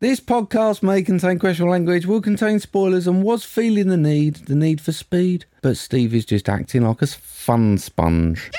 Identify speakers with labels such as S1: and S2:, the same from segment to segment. S1: This podcast may contain questionable language, will contain spoilers, and was feeling the need, the need for speed. But Steve is just acting like a fun sponge.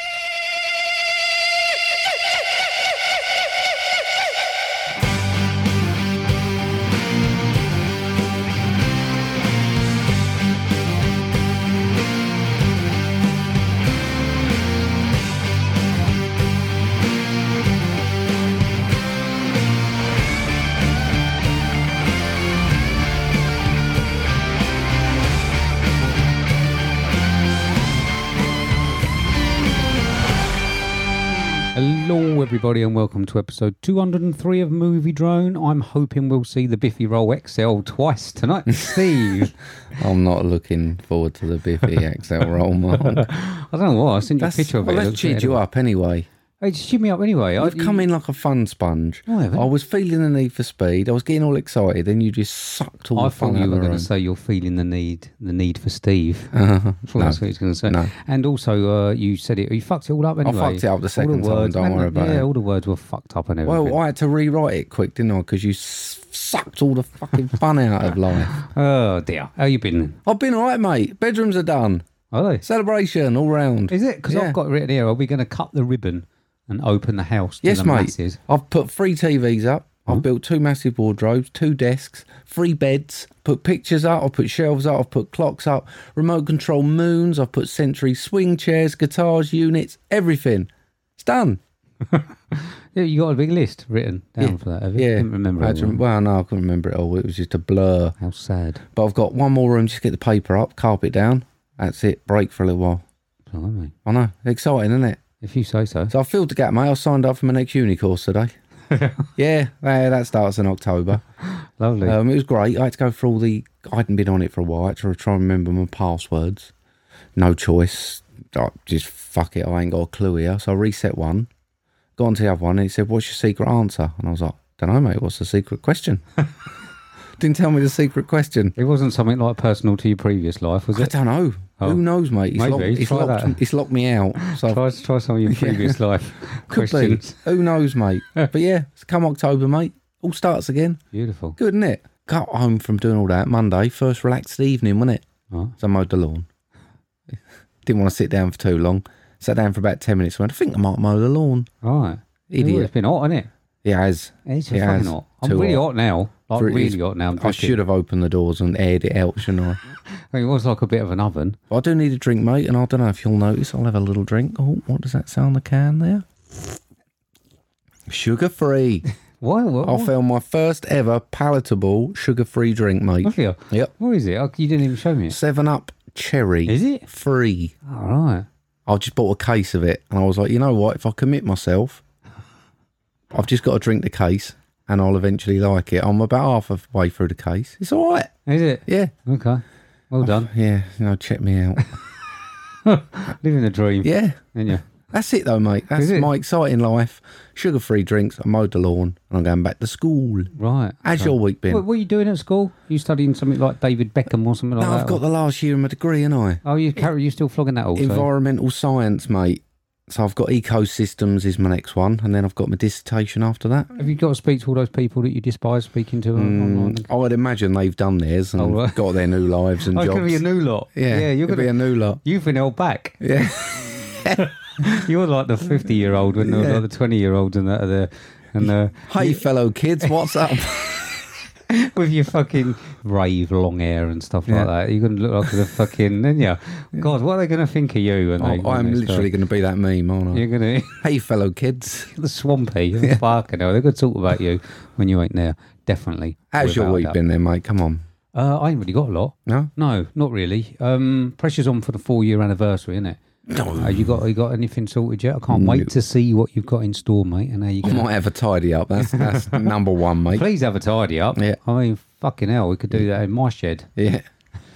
S2: Hello, everybody, and welcome to episode 203 of Movie Drone. I'm hoping we'll see the Biffy Roll XL twice tonight, Steve.
S1: I'm not looking forward to the Biffy XL roll, Mark.
S2: I don't know why. I sent you a picture of it.
S1: well,
S2: It
S1: that's
S2: looks
S1: cheered you
S2: better.
S1: up anyway.
S2: It cheered me up anyway.
S1: I've come in like a fun sponge.
S2: No, I haven't.
S1: was feeling the need for speed. I was getting all excited. Then you just sucked all
S2: I
S1: the fun
S2: thought
S1: out
S2: you
S1: of
S2: were
S1: the
S2: going
S1: room.
S2: to say you're feeling the need, the need for Steve.
S1: Uh-huh.
S2: I thought that's what he was going to say.
S1: No.
S2: And also, uh, you said it. You fucked it all up anyway.
S1: fucked it up the
S2: All
S1: second time,
S2: words-
S1: don't
S2: and-
S1: worry about
S2: yeah,
S1: it.
S2: all the words were fucked up and everything.
S1: Well, I had to rewrite it quick, didn't I? Because you s- sucked all the fucking fun out of life.
S2: oh dear. How you been? then?
S1: I've been all right, mate. Bedrooms are done.
S2: Are they?
S1: Celebration all round.
S2: Is it? Because
S1: Yeah.
S2: I've got it written here. Are we going to cut the ribbon and open the house to
S1: yes,
S2: the
S1: mate.
S2: masses?
S1: I've put three TVs up.
S2: Mm-hmm.
S1: I've built two massive wardrobes, two desks, three beds. Put pictures up. I've put shelves up. I've put clocks up. Remote control moons. I've put century swing chairs, guitars, units, everything. It's done.
S2: Yeah, you got a big list written down for that. Have you?
S1: Yeah.
S2: I didn't remember.
S1: I
S2: it
S1: had to- well, no, I couldn't remember it all. It was just a blur.
S2: How sad.
S1: But I've got one more room. Just get the paper up, carpet down. That's it. Break for a little while.
S2: Blimey.
S1: I know. Exciting, isn't it?
S2: If you say so.
S1: So I filled the gap, mate. I signed up for my next uni course today. yeah, yeah, that starts in October.
S2: Lovely.
S1: Um, it was great. I had to go through all the. I hadn't been on it for a while. I had to try and remember my passwords. No choice. I just fuck it. I ain't got a clue here. So I reset one, got onto the other one, and he said, What's your secret answer? And I was like, Don't know, mate. What's the secret question? Didn't tell me the secret question.
S2: it wasn't something like personal to your previous life, was
S1: I
S2: it?
S1: don't know.
S2: Oh.
S1: Who knows, mate? He's
S2: Maybe.
S1: locked, he's,
S2: Try
S1: locked,
S2: that.
S1: he's locked me out. So I've
S2: Try, try some of your previous life
S1: Could
S2: questions.
S1: be. Who knows, mate? but yeah, it's come October, mate. All starts again.
S2: Beautiful.
S1: Good, isn't it? Got home from doing all that Monday. First relaxed evening, wasn't it?
S2: Right.
S1: So I mowed the lawn. Didn't want to sit down for too long. Sat down for about 10 minutes. Went, I think I might mow the lawn.
S2: Right.
S1: Idiot.
S2: Ooh, it's been hot, hasn't it?
S1: It has.
S2: It's
S1: It has.
S2: fucking hot. I'm
S1: Too
S2: really
S1: hot.
S2: hot, now. Like,
S1: For it is-
S2: really hot now. I'm
S1: I
S2: drinking.
S1: should have opened the doors and aired it out, shouldn't I?
S2: I mean, it was like a bit of an oven.
S1: But I do need a drink, mate. And I don't know if you'll notice, I'll have a little drink. Oh, what does that sound the can there? Sugar free.
S2: Why? What?
S1: I found my first ever palatable sugar free drink, mate.
S2: Have you?
S1: Yep.
S2: What is it? Oh, You didn't even show me it.
S1: Seven Up Cherry.
S2: Is it?
S1: free?
S2: All right.
S1: I just bought a case of it, and I was like, you know what? If I commit myself, I've just got to drink the case, and I'll eventually like it. I'm about half of way through the case. It's all right.
S2: Is it?
S1: Yeah,
S2: Okay. Well done.
S1: yeah. You know, check me out.
S2: Living the dream.
S1: yeah,
S2: didn't you?
S1: that's it though, mate. That's
S2: Is it?
S1: my exciting life. Sugar-free drinks. I mowed the lawn, and I'm going back to school.
S2: Right.
S1: How's your week been?
S2: What, what are you doing at school? You studying something like David Beckham or something like
S1: no,
S2: that?
S1: I've got
S2: or-
S1: the last year of my degree, and I.
S2: Oh, you carry you still flogging that also?
S1: Environmental science, mate. So I've got ecosystems is my next one, and then I've got my dissertation after that.
S2: Have you got to speak to all those people that you despise speaking to
S1: Hmm,
S2: on online?
S1: Mm, I would imagine they've done theirs and
S2: Oh, right.
S1: got their new lives and
S2: Oh, it's
S1: jobs.
S2: gonna be a new lot.
S1: yeah,
S2: yeah, you're
S1: it'll
S2: gonna.
S1: be a new lot.
S2: You've been held back.
S1: Yeah,
S2: You're like the fifty-year-old and
S1: Yeah.
S2: like the twenty-year-olds and that are there, and uh,
S1: hey, fellow kids, what's up?
S2: with your fucking rave long hair and stuff
S1: Yeah.
S2: like that. You're gonna look like the fucking. Then yeah, God, what are they gonna think of you? And
S1: I,
S2: they,
S1: I am
S2: when they
S1: Oh, literally
S2: start-
S1: going to be that meme, aren't I?
S2: You're gonna.
S1: Hey, fellow kids,
S2: the swampy. You're fucking hell. They're gonna talk about you when you ain't there. Definitely.
S1: how's your
S2: without
S1: week
S2: doubt.
S1: been, then, mate? Come on,
S2: Uh, I ain't really got a lot.
S1: no,
S2: No, not really. Um, pressure's on for the four-year anniversary, isn't it?
S1: no.
S2: Uh, you got you got anything sorted yet? I can't wait to see what you've got in store, mate. And how you
S1: I
S2: going?
S1: might have a tidy up. That's that's number one, mate.
S2: Please have a tidy up.
S1: Yeah.
S2: I mean, fucking hell, we could do that in my shed,
S1: Yeah.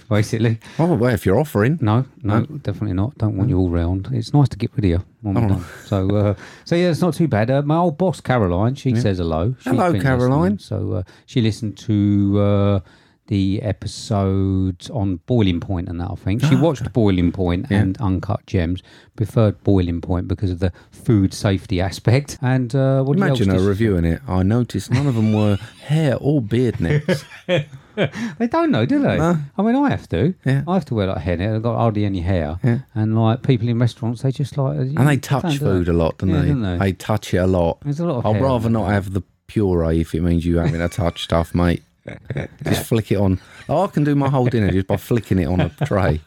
S2: basically.
S1: Oh well, if you're offering,
S2: No, no, definitely not. Don't want you all round. It's nice to get rid of you. when we're done. So, uh, so yeah, it's not too bad. Uh, my old boss Caroline, she says hello. She's
S1: Hello,
S2: been
S1: Caroline.
S2: listening. So uh, she listened to. Uh, the episodes on Boiling Point and that, I think. She watched Boiling Point
S1: Ah, Yeah.
S2: and Uncut Gems, preferred Boiling Point because of the food safety aspect. And uh, what
S1: Imagine
S2: else
S1: her
S2: does-
S1: reviewing it. I noticed none of them were hair or beard nets.
S2: They don't know, do they?
S1: No.
S2: I mean, I have to.
S1: Yeah.
S2: I have to wear like hair. net. I've got hardly any hair.
S1: Yeah.
S2: And like people in restaurants, they just like. uh,
S1: And they touch food a lot, don't
S2: Yeah,
S1: they?
S2: don't they?
S1: touch it a lot.
S2: There's a lot of
S1: I'd
S2: hair on
S1: rather
S2: it.
S1: not have the puree if it means you having to touch stuff, mate. Just flick it on. Oh, I can do my whole dinner just by flicking it on a tray.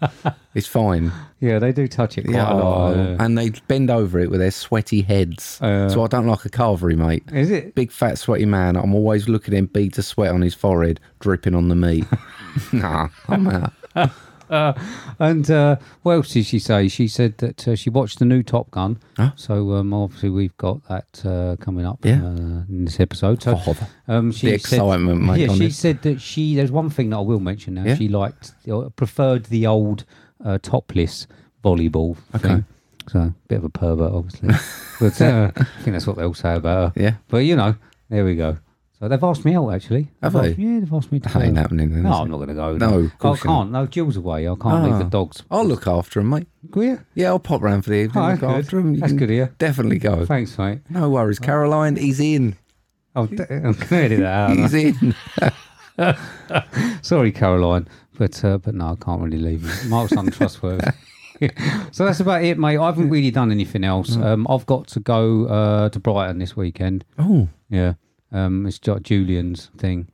S1: It's fine.
S2: Yeah, they do touch it quite
S1: Yeah, Uh.
S2: a lot.
S1: oh, and they bend over it with their sweaty heads. so I don't like a carvery, mate.
S2: Is it?
S1: Big fat sweaty man. I'm always looking at him beads of sweat on his forehead, dripping on the meat. nah, I'm out.
S2: And uh, what else did she say? She said that uh, she watched the new Top Gun.
S1: Huh?
S2: So um, obviously we've got that uh, coming up
S1: Yeah.
S2: uh, in this episode. So
S1: Father.
S2: um, she
S1: The
S2: said-
S1: excitement, mate,
S2: Yeah,
S1: on
S2: she
S1: it.
S2: said that she. There's one thing that I will mention now.
S1: Yeah?
S2: She liked or preferred the old uh, topless volleyball thing. So bit of a pervert, obviously, but uh, I think that's what they all say about her.
S1: Yeah.
S2: But you know, there we go. So they've asked me out actually.
S1: Have
S2: They've
S1: they?
S2: asked- Yeah, they've asked me to.
S1: That ain't
S2: go.
S1: happening then.
S2: No,
S1: is
S2: I'm
S1: it?
S2: not going to go.
S1: No, of
S2: I
S1: course you
S2: can't. No, Jill's away. I can't leave the
S1: Ah.
S2: dogs.
S1: I'll look after him, mate.
S2: Will you?
S1: Yeah, I'll pop round for the evening.
S2: Oh,
S1: look
S2: that's
S1: after him.
S2: good.
S1: You
S2: That's
S1: can
S2: good of you.
S1: Definitely go.
S2: Thanks, mate.
S1: No worries, Caroline. He's in.
S2: I'm, I'm going to do that. aren't I?
S1: He's in.
S2: Sorry, Caroline, but uh, but no, I can't really leave. you. Mark's untrustworthy. so that's about it, mate. I haven't really done anything else.
S1: Mm.
S2: Um, I've got to go uh, to Brighton this weekend.
S1: Oh,
S2: Yeah, um, it's Ju- Julian's thing.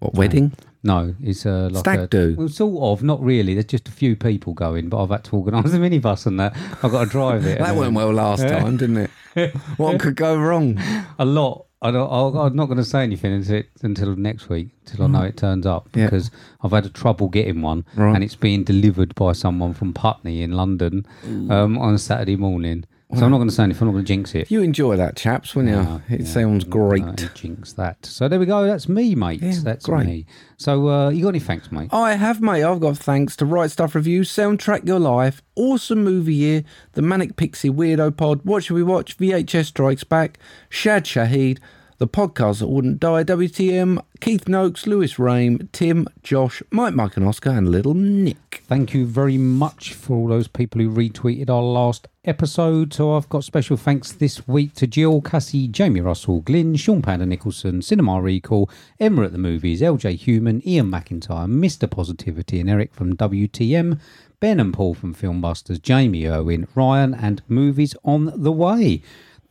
S1: what wedding?
S2: No, it's uh, like
S1: Stag
S2: a,
S1: do.
S2: Well, sort of, not really. There's just a few people going, but I've had to organise a minibus and that. I've got to drive it.
S1: That
S2: and-
S1: went well last time, didn't it? What could go wrong?
S2: a lot. I don't, I'll, I'm not going to say anything until, it, until next week, till I know it turns up,
S1: Mm. Yeah.
S2: because I've had a trouble getting one,
S1: Right.
S2: and it's being delivered by someone from Putney in London um, on a Saturday morning. So I'm not going to say anything. I'm not going to jinx it.
S1: You enjoy that, chaps, wouldn't you?
S2: No,
S1: it
S2: yeah,
S1: sounds
S2: no,
S1: great.
S2: don't jinx that. So there we go. That's me, mate.
S1: Yeah,
S2: That's
S1: great.
S2: me. So uh, you got any thanks, mate?
S1: I have, mate. I've got thanks to Right Stuff Reviews, Soundtrack Your Life, Awesome Movie Year, The Manic Pixie Weirdo Pod, What Should We Watch, VHS Strikes Back, Shad Shaheed, The Podcast That Wouldn't Die, WTM, Keith Noakes, Lewis Rame, Tim, Josh, Mike, Mike and Oscar, and Little Nick.
S2: Thank you very much for all those people who retweeted our last episode. So I've got special thanks this week to Jill, Cassie, Jamie Russell, Glyn, Sean Panda Nicholson, Cinema Recall, Emma at the Movies, LJ Human, Ian McIntyre, Mr. Positivity, and Eric from WTM, Ben and Paul from Filmbusters, Jamie Irwin, Ryan, and Movies on the Way.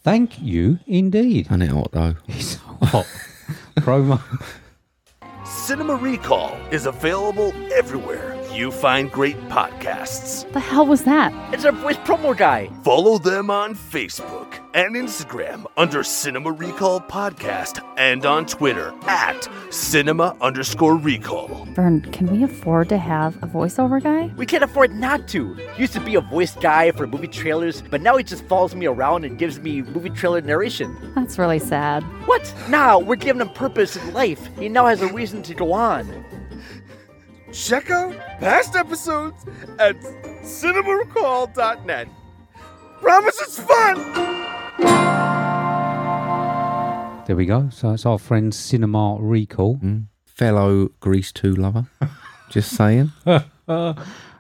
S2: Thank you indeed.
S1: And it ought, though.
S2: It's hot. Promo.
S3: Cinema Recall is available everywhere you find great podcasts.
S4: The hell was that?
S5: It's a voice promo guy.
S3: Follow them on Facebook and Instagram under Cinema Recall Podcast and on Twitter at cinema underscore recall.
S4: Vern, can we afford to have a voiceover guy?
S5: We can't afford not to. Used to be a voice guy for movie trailers, but now he just follows me around and gives me movie trailer narration.
S4: That's really sad.
S5: What? Now we're giving him purpose in life. He now has a reason to go on.
S3: Check out past episodes at cinemarecall.net. Promise it's fun!
S2: There we go. So it's our friend Cinema Recall.
S1: Fellow Grease 2 lover. Just saying.
S2: Uh,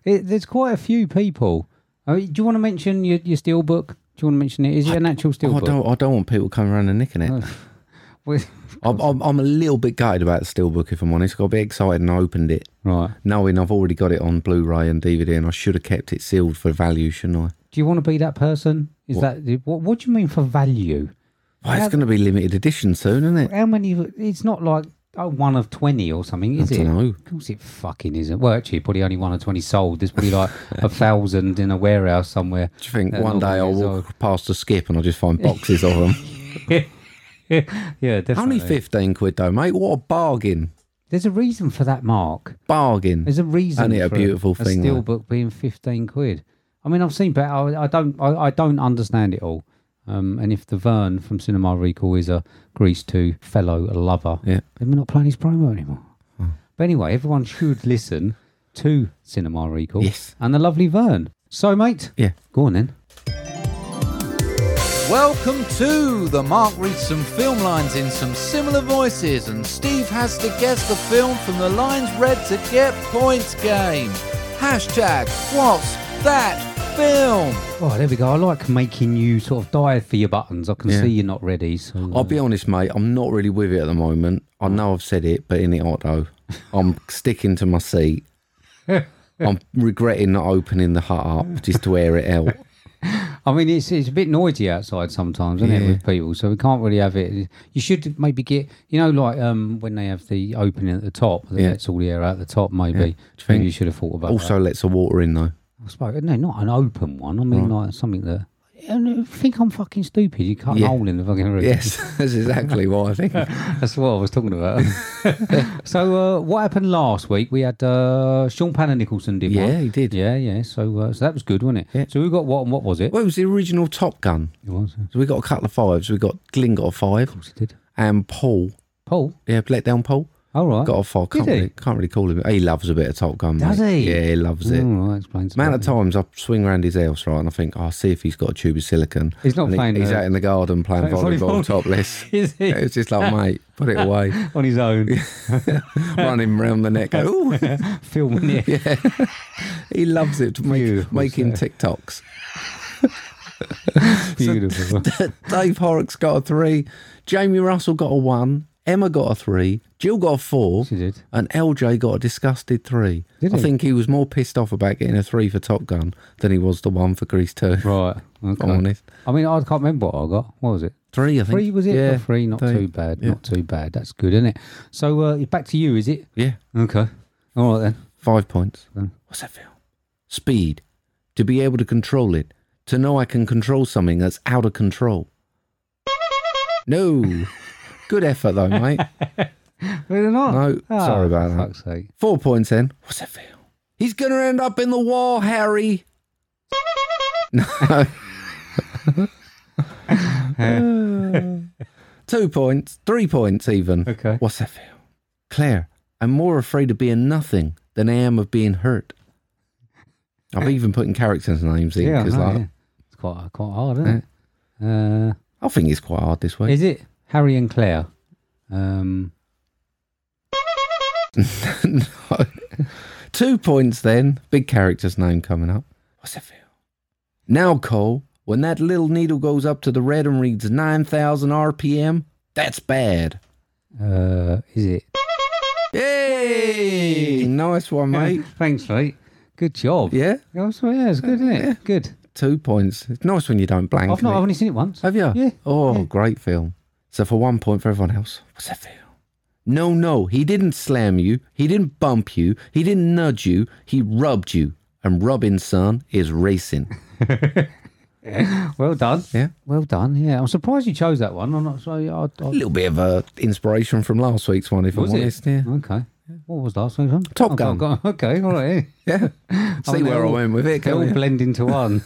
S2: it, there's quite a few people. I mean, do you want to mention your, your steel book? Do you want to mention it? Is it an actual steel
S1: Oh, I
S2: book?
S1: don't, I don't want people coming around and nicking it. I'm, I'm, I'm a little bit gutted about the Steelbook, if I'm honest. I got a bit excited and I opened it.
S2: right.
S1: knowing I've already got it on Blu-ray and DVD, and I should have kept it sealed for value, shouldn't
S2: Do you want to be that person? Is that what? What do you mean for value?
S1: I? Well, it's going to be limited edition soon, isn't it?
S2: How many? It's not like oh, one of twenty or something, is
S1: I
S2: it?
S1: dunno.
S2: Of course, it fucking isn't. Well, actually, probably only one of twenty sold. There's probably like a thousand in a warehouse somewhere.
S1: Do you think
S2: They're
S1: one
S2: not
S1: day I'll
S2: years
S1: walk past a skip and I'll just find boxes of them?
S2: old. yeah, definitely.
S1: Only fifteen quid though, mate. What a bargain!
S2: There's a reason for that, Mark.
S1: Bargain.
S2: There's a reason.
S1: Ain't it a
S2: for
S1: beautiful
S2: a
S1: thing, though?
S2: Steelbook being fifteen quid. I mean, I've seen, but I, I don't, I, I don't understand it all. Um, and if the Vern from Cinema Recall is a Grease Two fellow lover,
S1: Yeah. Hmm.
S2: then we're not playing his promo anymore. But anyway, everyone should listen to Cinema Recall.
S1: Yes.
S2: and the lovely Vern. So, mate,
S1: Yeah.
S2: go on then.
S6: Welcome to the Mark reads some film lines in some similar voices, and Steve has to guess the film from the lines read to get points game. Hashtag what's that film?
S2: Oh, there we go. I like making you sort of dive for your buttons. I can
S1: Yeah.
S2: see you're not ready. So uh,
S1: I'll be honest, mate. I'm not really with it at the moment. I know I've said it, but in the auto, I'm sticking to my seat. I'm regretting not opening the hut up just to air it out.
S2: I mean, it's it's a bit noisy outside sometimes, isn't it, with people? So we can't really have it. You should maybe get, you know, like um when they have the opening at the top that
S1: Yeah.
S2: lets all the air out at the top. Maybe
S1: think?
S2: maybe you should have thought about that.
S1: Also, lets the water in though.
S2: I suppose no, not an open one. I mean, like something that. And I think I'm fucking stupid. You cut
S1: Yeah.
S2: a hole in the fucking roof.
S1: Yes, that's exactly what I think.
S2: That's what I was talking about. so, uh, what happened last week? We had uh, Sean Penn and Nicholson did one.
S1: Yeah, he did.
S2: Yeah, yeah. So, uh, so that was good, wasn't it?
S1: Yeah.
S2: So we got what and what was it?
S1: Well, it was the original Top Gun.
S2: It was.
S1: So we got a couple of fives. We got Glyn got a five,
S2: What did
S1: and Paul.
S2: Paul?
S1: Yeah, let down Paul.
S2: All right.
S1: Got a five.
S2: Did
S1: Can't,
S2: he?
S1: really, can't really call him. He loves a bit of Top Gun.
S2: Does
S1: mate.
S2: he?
S1: Yeah, he loves it.
S2: Oh, that explains
S1: amount of
S2: about it.
S1: times I swing round his house, right, and I think, I'll see if he's got a tube of silicon.
S2: He's not
S1: And he-
S2: playing,
S1: he's
S2: uh,
S1: out in the garden playing
S2: playing
S1: volleyball,
S2: volleyball.
S1: topless.
S2: Is he?
S1: It was just like, mate, put it away.
S2: on his own,
S1: Running round the neck. Ooh,
S2: filming it.
S1: he loves it. Make,
S2: Beautiful
S1: making TikToks.
S2: Beautiful.
S1: Dave Horrocks got a three. Jamie Russell got a one. Emma got a three. Jill got a four.
S2: She did.
S1: And LJ got a disgusted three.
S2: Did
S1: I
S2: he?
S1: think he was more pissed off about getting a three for Top Gun than he was the one for Grease 2.
S2: right. Okay.
S1: I'm honest.
S2: I mean, I can't remember what I got. What was it?
S1: Three, I think.
S2: Three was it?
S1: Yeah.
S2: Oh, three. Not
S1: three.
S2: too bad. Not too bad. That's good, isn't it? So uh, back to you, is it?
S1: Yeah.
S2: Okay. All right then.
S1: Five points.
S2: Mm.
S1: What's that film? Speed. To be able to control it. To know I can control something that's out of control. No. Good effort though, mate.
S2: Really not?
S1: No, sorry about
S2: Ah, for
S1: that.
S2: Fuck's sake.
S1: Four points in. What's that film? He's gonna end up in the war, Harry. No. Two points, three points even.
S2: Okay.
S1: What's that film? Claire, I'm more afraid of being nothing than I am of being hurt. I'm even putting characters' names in
S2: Yeah, I
S1: because
S2: know,
S1: like,
S2: yeah. it's quite quite hard, isn't it?
S1: I think it's quite hard this
S2: Uh,
S1: way.
S2: is it Harry and Claire? Um,
S1: no. Two points then. Big character's name coming up. What's that feel? Now, Cole, when that little needle goes up to the red and reads 9,000 RPM, that's bad.
S2: uh, is it?
S1: Yay! Nice one, mate.
S2: Thanks, mate. Good job.
S1: Yeah?
S2: Oh, so yeah, it's good, isn't it? Good.
S1: Two points. It's nice when you don't blank.
S2: I've not. I've
S1: mate.
S2: only seen it once.
S1: Have you?
S2: Yeah.
S1: Oh, great film. So for one point for everyone else. What's that feel? No, no, he didn't slam you. He didn't bump you. He didn't nudge you. He rubbed you. And rubbing, son, is racing.
S2: Well done.
S1: Yeah.
S2: Well done. Yeah. I'm surprised you chose that one. I'm not. So I, I,
S1: A little bit of uh, inspiration from last week's one, if
S2: was
S1: I'm
S2: it?
S1: honest. Yeah.
S2: Okay. What was last week's one?
S1: Top
S2: Oh,
S1: Gun.
S2: Okay. All right.
S1: yeah. See
S2: mean,
S1: where
S2: they're
S1: I
S2: all-
S1: went with it.
S2: They all
S1: can't you?
S2: blend into one.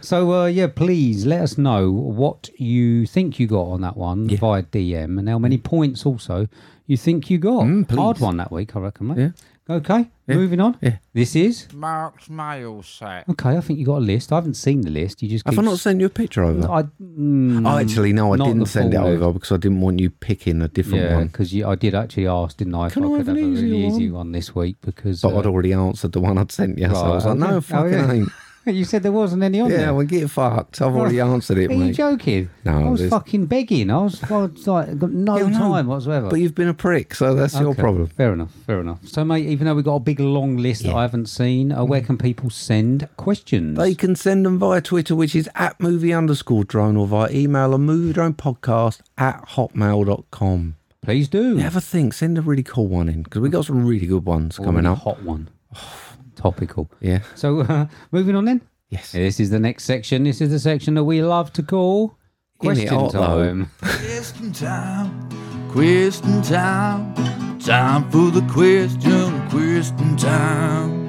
S2: so uh, yeah, please let us know what you think you got on that one via DM, and how many points also you think you got.
S1: Mm,
S2: Hard
S1: please.
S2: one that week, I reckon, mate. Okay, moving on.
S1: Yeah.
S2: This is
S6: Mark's mail set.
S2: okay. I think you got a list. I haven't seen the list. You just
S1: Have
S2: keep
S1: I not sent you a picture over?
S2: I mm,
S1: oh, actually, no, I
S2: not
S1: didn't
S2: the
S1: send it
S2: full
S1: over because I didn't want you picking a different
S2: yeah,
S1: one.
S2: because I did actually ask, didn't I? If
S1: Can
S2: I
S1: I
S2: could
S1: have an
S2: a
S1: easier
S2: really easy
S1: one?
S2: one this week because
S1: But I'd
S2: uh,
S1: already answered the one I'd sent you, so I
S2: Right,
S1: was like,
S2: okay.
S1: no,
S2: Oh,
S1: fucking
S2: yeah.
S1: ain't.
S2: you said there wasn't any on there.
S1: Oh, Yeah, well, get fucked. I've already answered it,
S2: Are you
S1: mate.
S2: joking?
S1: No,
S2: I was
S1: there's-
S2: fucking begging. I was, I was like, got no
S1: Yeah, I know,
S2: time whatsoever.
S1: But you've been a prick, so that's your
S2: Okay,
S1: problem.
S2: Fair enough. Fair enough. So, mate, even though we've got a big long list that I haven't seen, uh, where can people send questions?
S1: Mm. They can send them via Twitter, which is at movie underscore drone, or via email and movie drone podcast at hotmail.com.
S2: Please do.
S1: Have a think. Send a really cool one in because we got some really good ones
S2: Or
S1: coming
S2: a
S1: up.
S2: Hot one. Topical.
S1: Yeah.
S2: So, uh, moving on then.
S1: Yes.
S2: This is the next section. This is the section that we love to call
S1: In it
S2: question
S1: out loud.
S2: time.
S6: Question time, question time, time for the question, question time.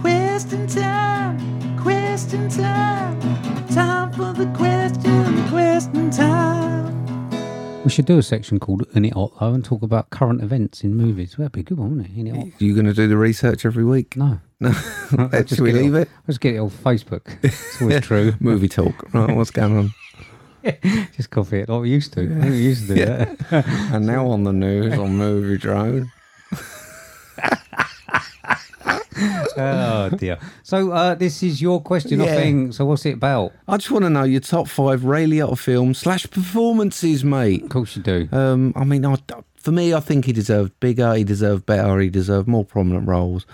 S6: Question time, question time, time for the question, question time.
S2: We should do a section called In It Otlo and talk about current events in movies. That'd be a good one, wouldn't it? In It Otlo.
S1: You going to do the research every week?
S2: No.
S1: No.
S2: Let's
S1: Should we
S2: get
S1: leave
S2: off-
S1: it?
S2: Let's get it off Facebook. It's always true.
S1: Movie talk. Right, what's going on?
S2: Just copy it like we used to. I think we used to do that.
S1: And now on the news on Movie Drone.
S2: oh dear. So uh, this is your question, I
S1: Yeah.
S2: think. So what's it about?
S1: I just want to know your top five Ray Liotta films slash performances, mate.
S2: Of course you do.
S1: Um, I mean, I, for me, I think he deserved bigger, he deserved better, he deserved more prominent roles.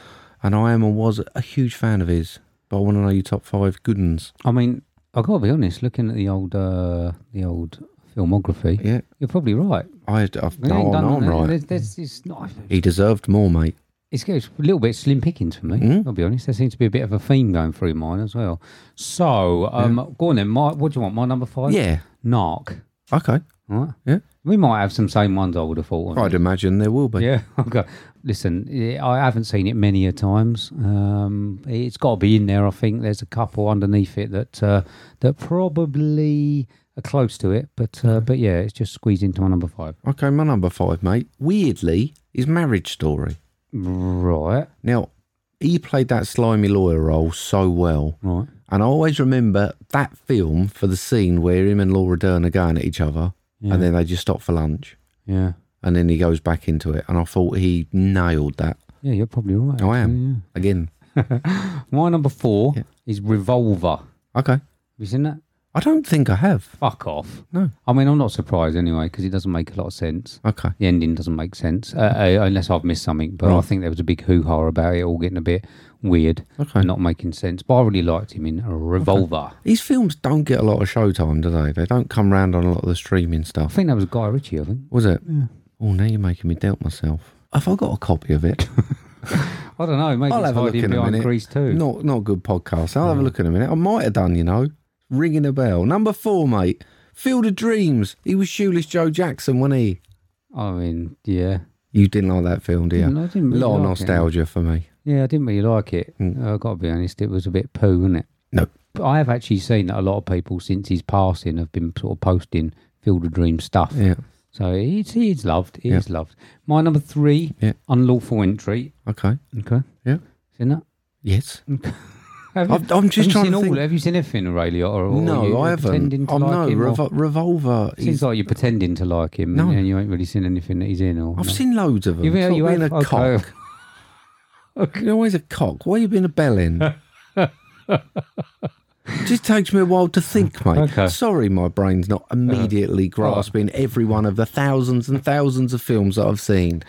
S1: And I am and was a huge fan of his. But I want to know your top five good ones.
S2: I mean, I gotta be honest. Looking at the old, uh, the old filmography,
S1: Yeah.
S2: you're probably right.
S1: I, I've,
S2: They ain't
S1: no,
S2: done
S1: no, I'm
S2: nothing.
S1: right.
S2: There's, there's, it's not.
S1: He deserved more, mate.
S2: It's, it's a little bit slim pickings for me.
S1: Mm.
S2: I'll be honest. There seems to be a bit of a theme going through mine as well. So, um, go on then. My, what do you want? My number five?
S1: Yeah.
S2: Narc.
S1: Okay.
S2: All right.
S1: Yeah.
S2: We might have some same ones. I would have thought.
S1: I'd imagine there will be.
S2: Yeah. Okay. Listen, eh, I haven't seen it many a times. Um, it's got to be in there. I think there's a couple underneath it that uh, that probably are close to it, but
S1: Mm.
S2: uh, but yeah, it's just squeezed into my number five.
S1: Okay, my number five, mate, weirdly, is Marriage Story.
S2: Right.
S1: Now, he played that slimy lawyer role so well.
S2: Right.
S1: And I always remember that film for the scene where him and Laura Dern are going at each other
S2: Yeah.
S1: and then they just stop for lunch.
S2: Yeah.
S1: And then he goes back into it. And I thought he nailed that.
S2: Yeah, you're probably right.
S1: Oh, I
S2: actually,
S1: am. Again.
S2: yeah. My number four
S1: Yeah.
S2: is Revolver. Have
S1: Okay.
S2: you seen that?
S1: I don't think I have.
S2: Fuck off.
S1: No.
S2: I mean, I'm not surprised anyway because it doesn't make a lot of sense.
S1: Okay.
S2: the ending doesn't make sense uh, uh, unless I've missed something. But I think there was a big hoo ha about it all getting a bit weird,
S1: Okay.
S2: not making sense. But I really liked him in a Revolver.
S1: These films don't get a lot of showtime, do they? They don't come round on a lot of the streaming
S2: I
S1: stuff.
S2: think that was Guy Ritchie. I think
S1: Was it? Oh, now you're making me doubt myself. Have I got a copy of it?
S2: I don't know. Maybe
S1: I'll
S2: it's
S1: have a look
S2: hiding
S1: in a
S2: behind
S1: minute.
S2: Grease too.
S1: Not not good podcast. I'll have a look in a minute. I might have done, you know, ringing a bell. Number four, mate. Field of Dreams. He was shoeless Joe Jackson, wasn't he?
S2: I mean, yeah,
S1: You didn't like that film, did you?
S2: No, I didn't really
S1: a lot of
S2: like it.
S1: nostalgia for me.
S2: yeah. I didn't really like it.
S1: Mm.
S2: i got to be honest. It was a bit poo, wasn't it?
S1: No.
S2: But I have actually seen that a lot of people since his passing have been sort of posting Field of Dreams stuff.
S1: Yeah.
S2: So it's it's loved. It's loved. My number three,
S1: Yeah.
S2: unlawful entry.
S1: Okay.
S2: Okay,
S1: Yeah.
S2: seen that?
S1: Yes.
S2: Have
S1: I've- I'm
S2: have
S1: just
S2: you
S1: trying
S2: seen
S1: to
S2: all,
S1: think-
S2: Have you seen everything, Aurelia? Or, or
S1: no,
S2: are you
S1: I haven't.
S2: pretending to
S1: I'm
S2: like
S1: no
S2: him, or-
S1: Revo- Revolver.
S2: seems
S1: is-
S2: like you're pretending to like him,
S1: No.
S2: and you ain't really seen anything that he's in. Or
S1: I've
S2: no.
S1: seen loads of them.
S2: You've-
S1: Stop
S2: you
S1: being
S2: have?
S1: a
S2: Okay.
S1: cock. You're always a cock. Why you being a bellend? Just takes me a while to think, mate.
S2: Okay. Uh-huh.
S1: Sorry, my brain's not immediately grasping every one of the thousands and thousands of films that I've seen.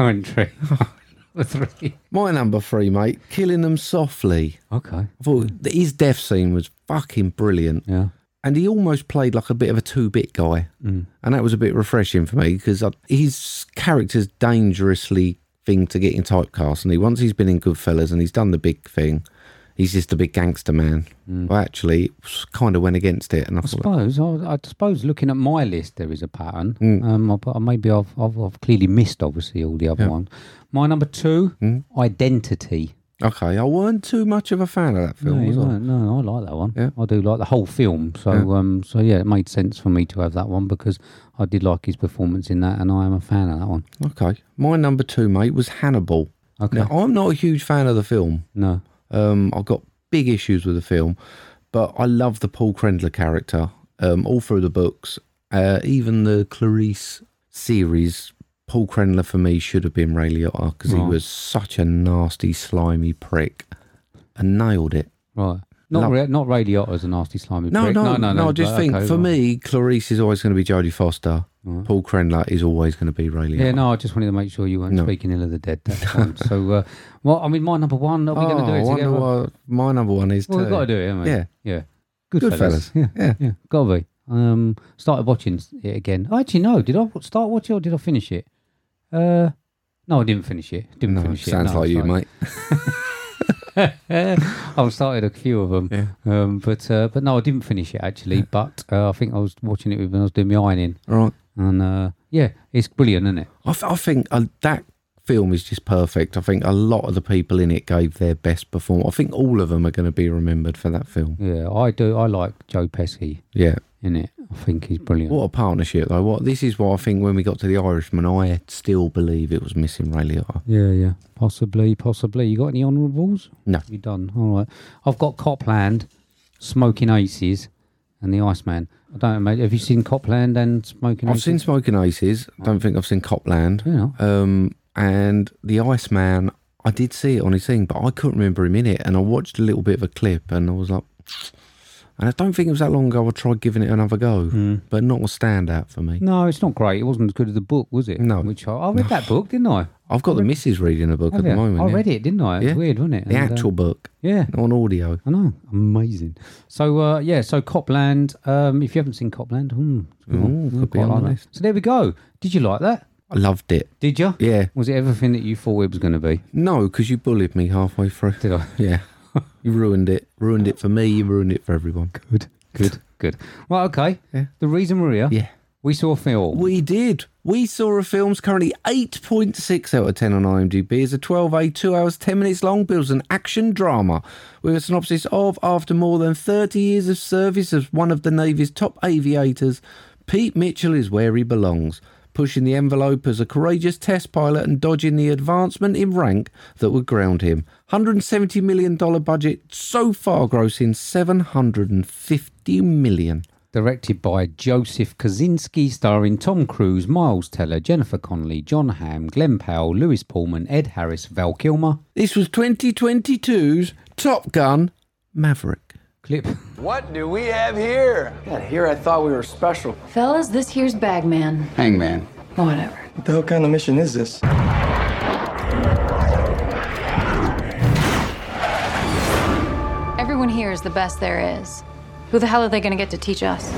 S2: entry. Number three.
S1: My number three, mate, Killing Them Softly.
S2: Okay.
S1: I thought th- his death scene was fucking brilliant.
S2: Yeah.
S1: And he almost played like a bit of a two bit guy.
S2: Mm.
S1: And that was a bit refreshing for me because his character's dangerously thing to get in typecast. And he, once he's been in Goodfellas and he's done the big thing, he's just a big gangster man.
S2: Mm.
S1: Well, actually, it kind of went against it. And I
S2: I
S1: thought,
S2: suppose. I, I suppose looking at my list, there is a pattern.
S1: Hmm.
S2: Um, I- but maybe I've, I've I've clearly missed obviously all the other ones. My number two,
S1: Hmm.
S2: identity.
S1: okay, I weren't too much of a fan of that film,
S2: No,
S1: was
S2: you
S1: I?
S2: weren't. no, I like that one.
S1: Yeah.
S2: I do like the whole film. So, um, so yeah, it made sense for me to have that one because I did like his performance in that, and I am a fan of that one.
S1: Okay. My number two, mate, was Hannibal.
S2: Okay.
S1: Now, I'm not a huge fan of the film.
S2: No,
S1: Um, I've got big issues with the film, but I love the Paul Krendler character um, all through the books. Uh, even the Clarice series, Paul Krendler for me should have been Ray Liotta because he
S2: Right.
S1: was such a nasty, slimy prick and nailed it.
S2: right. Not
S1: Love-
S2: re- not Ray Liotta as a nasty slimy
S1: No,
S2: prick.
S1: no, no, no, I just
S2: but
S1: think
S2: okay,
S1: for
S2: right.
S1: me, Clarice is always going to be Jodie Foster. Paul Krendler is always going to be Ray Liotta.
S2: Yeah, no, I just wanted to make sure you weren't
S1: No.
S2: speaking ill of the dead that time. so, uh, well, I mean, my number one. Are we going
S1: Oh,
S2: to do
S1: I
S2: it
S1: wonder
S2: together?
S1: what my number one is
S2: well,
S1: too.
S2: we've got to do it, haven't we?
S1: Yeah.
S2: yeah.
S1: Goodfellas.
S2: Yeah,
S1: Yeah.
S2: yeah. Got to be. Um, started watching it again. Oh, Actually, no. Did I start watching or did I finish it? Uh, no, I didn't finish it. Didn't
S1: No,
S2: finish
S1: sounds
S2: it. No,
S1: like you,
S2: sorry.
S1: mate.
S2: I've started a few of them, um, but uh, but no, I didn't finish it actually. But uh, I think I was watching it when I was doing my ironing,
S1: All right.
S2: and uh, yeah, it's brilliant, isn't it?
S1: I, th- I think uh, that film is just perfect. I think a lot of the people in it gave their best performance. I think all of them are going to be remembered for that film.
S2: Yeah, I do. I like Joe Pesci
S1: Yeah.
S2: in it. I think he's brilliant.
S1: What a partnership, though. What this is what I think when we got to the Irishman, I still believe it was missing Ray Liotta.
S2: Yeah, yeah. Possibly, possibly. You got any honourables?
S1: No.
S2: You done? All right. I've got Copland, Smoking Aces, and the Iceman. I don't know, mate. Have you seen Copland and Smoking
S1: I've
S2: Aces?
S1: seen Smoking Aces. Don't think I've seen Copland.
S2: Yeah.
S1: Um, and the Iceman, I did see it on his thing, but I couldn't remember him in it. And I watched a little bit of a clip, and I was like, and I don't think it was that long ago. I tried giving it another go, but not a standout for me.
S2: No, it's not great. It wasn't as good as the book, was it?
S1: No.
S2: Which I, I read that book, didn't I?
S1: I've got the missus reading a book
S2: Have
S1: at the
S2: you?
S1: moment.
S2: I
S1: yeah.
S2: read it, didn't I? It was
S1: Yeah.
S2: weird, wasn't it?
S1: The
S2: And, uh,
S1: actual book
S2: yeah.
S1: on audio.
S2: I know, amazing. So uh, yeah, so Copland. Um, if you haven't seen Copland, hmm, it's a good one.
S1: Ooh, could
S2: I quite
S1: be on the
S2: that.
S1: list.
S2: So there we go. Did you like that?
S1: I loved it.
S2: Did you?
S1: Yeah.
S2: Was it everything that you thought it was going to be?
S1: No, because you bullied me halfway through.
S2: Did I?
S1: Yeah. You ruined it. Ruined it for me. You ruined it for everyone.
S2: Good, good, good. Right, okay.
S1: Yeah.
S2: The reason we're here,
S1: Yeah.
S2: we saw a film.
S1: We did. We saw a film's currently 8.6 out of 10 on IMDb. It's a 12A, 2 hours, 10 minutes long, builds an action drama with a synopsis of after more than 30 years of service as one of the Navy's top aviators, Pete Mitchell is where he belongs, pushing the envelope as a courageous test pilot and dodging the advancement in rank that would ground him. $170 million budget, so far grossing $750 million.
S2: Directed by Joseph Kaczynski, starring Tom Cruise, Miles Teller, Jennifer Connelly, John Hamm, Glenn Powell, Lewis Pullman, Ed Harris, Val Kilmer.
S1: This was 2022's Top Gun Maverick.
S2: Clip.
S7: What do we have here? God, here I thought we were special.
S8: Fellas, this here's Bagman.
S9: Hangman.
S8: Whatever.
S7: What the hell kind of mission is this?
S8: Everyone here is the best there is. Who the hell are they gonna get to teach us?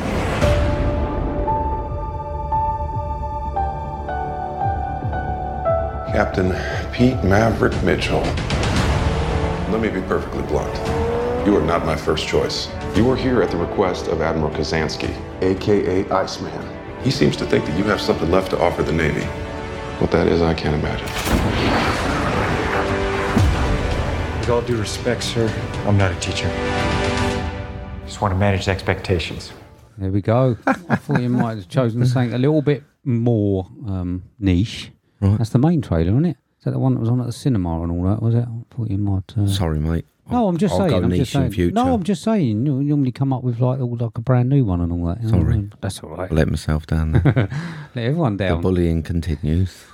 S10: Captain Pete Maverick Mitchell. Let me be perfectly blunt. You are not my first choice. You were here at the request of Admiral Kazansky, aka Iceman. He seems to think that you have something left to offer the Navy. What that is, I can't imagine.
S7: With all due respect, sir, I'm not a teacher. Just want to manage expectations.
S2: There we go. I thought you might have chosen something a little bit more um, niche. Right. That's the main trailer, isn't it? Is that the one that was on at the cinema and all that? Was it? I thought you might. Uh...
S1: Sorry, mate.
S2: No, I'm just
S1: I'll
S2: saying.
S1: Go
S2: I'm
S1: niche
S2: just saying.
S1: in future.
S2: No, I'm just saying. You normally come up with like all like a brand new one and all that. you know what I
S1: Sorry.
S2: mean? that's all right.
S1: I let myself down. There.
S2: Let everyone
S1: the
S2: down.
S1: bullying continues.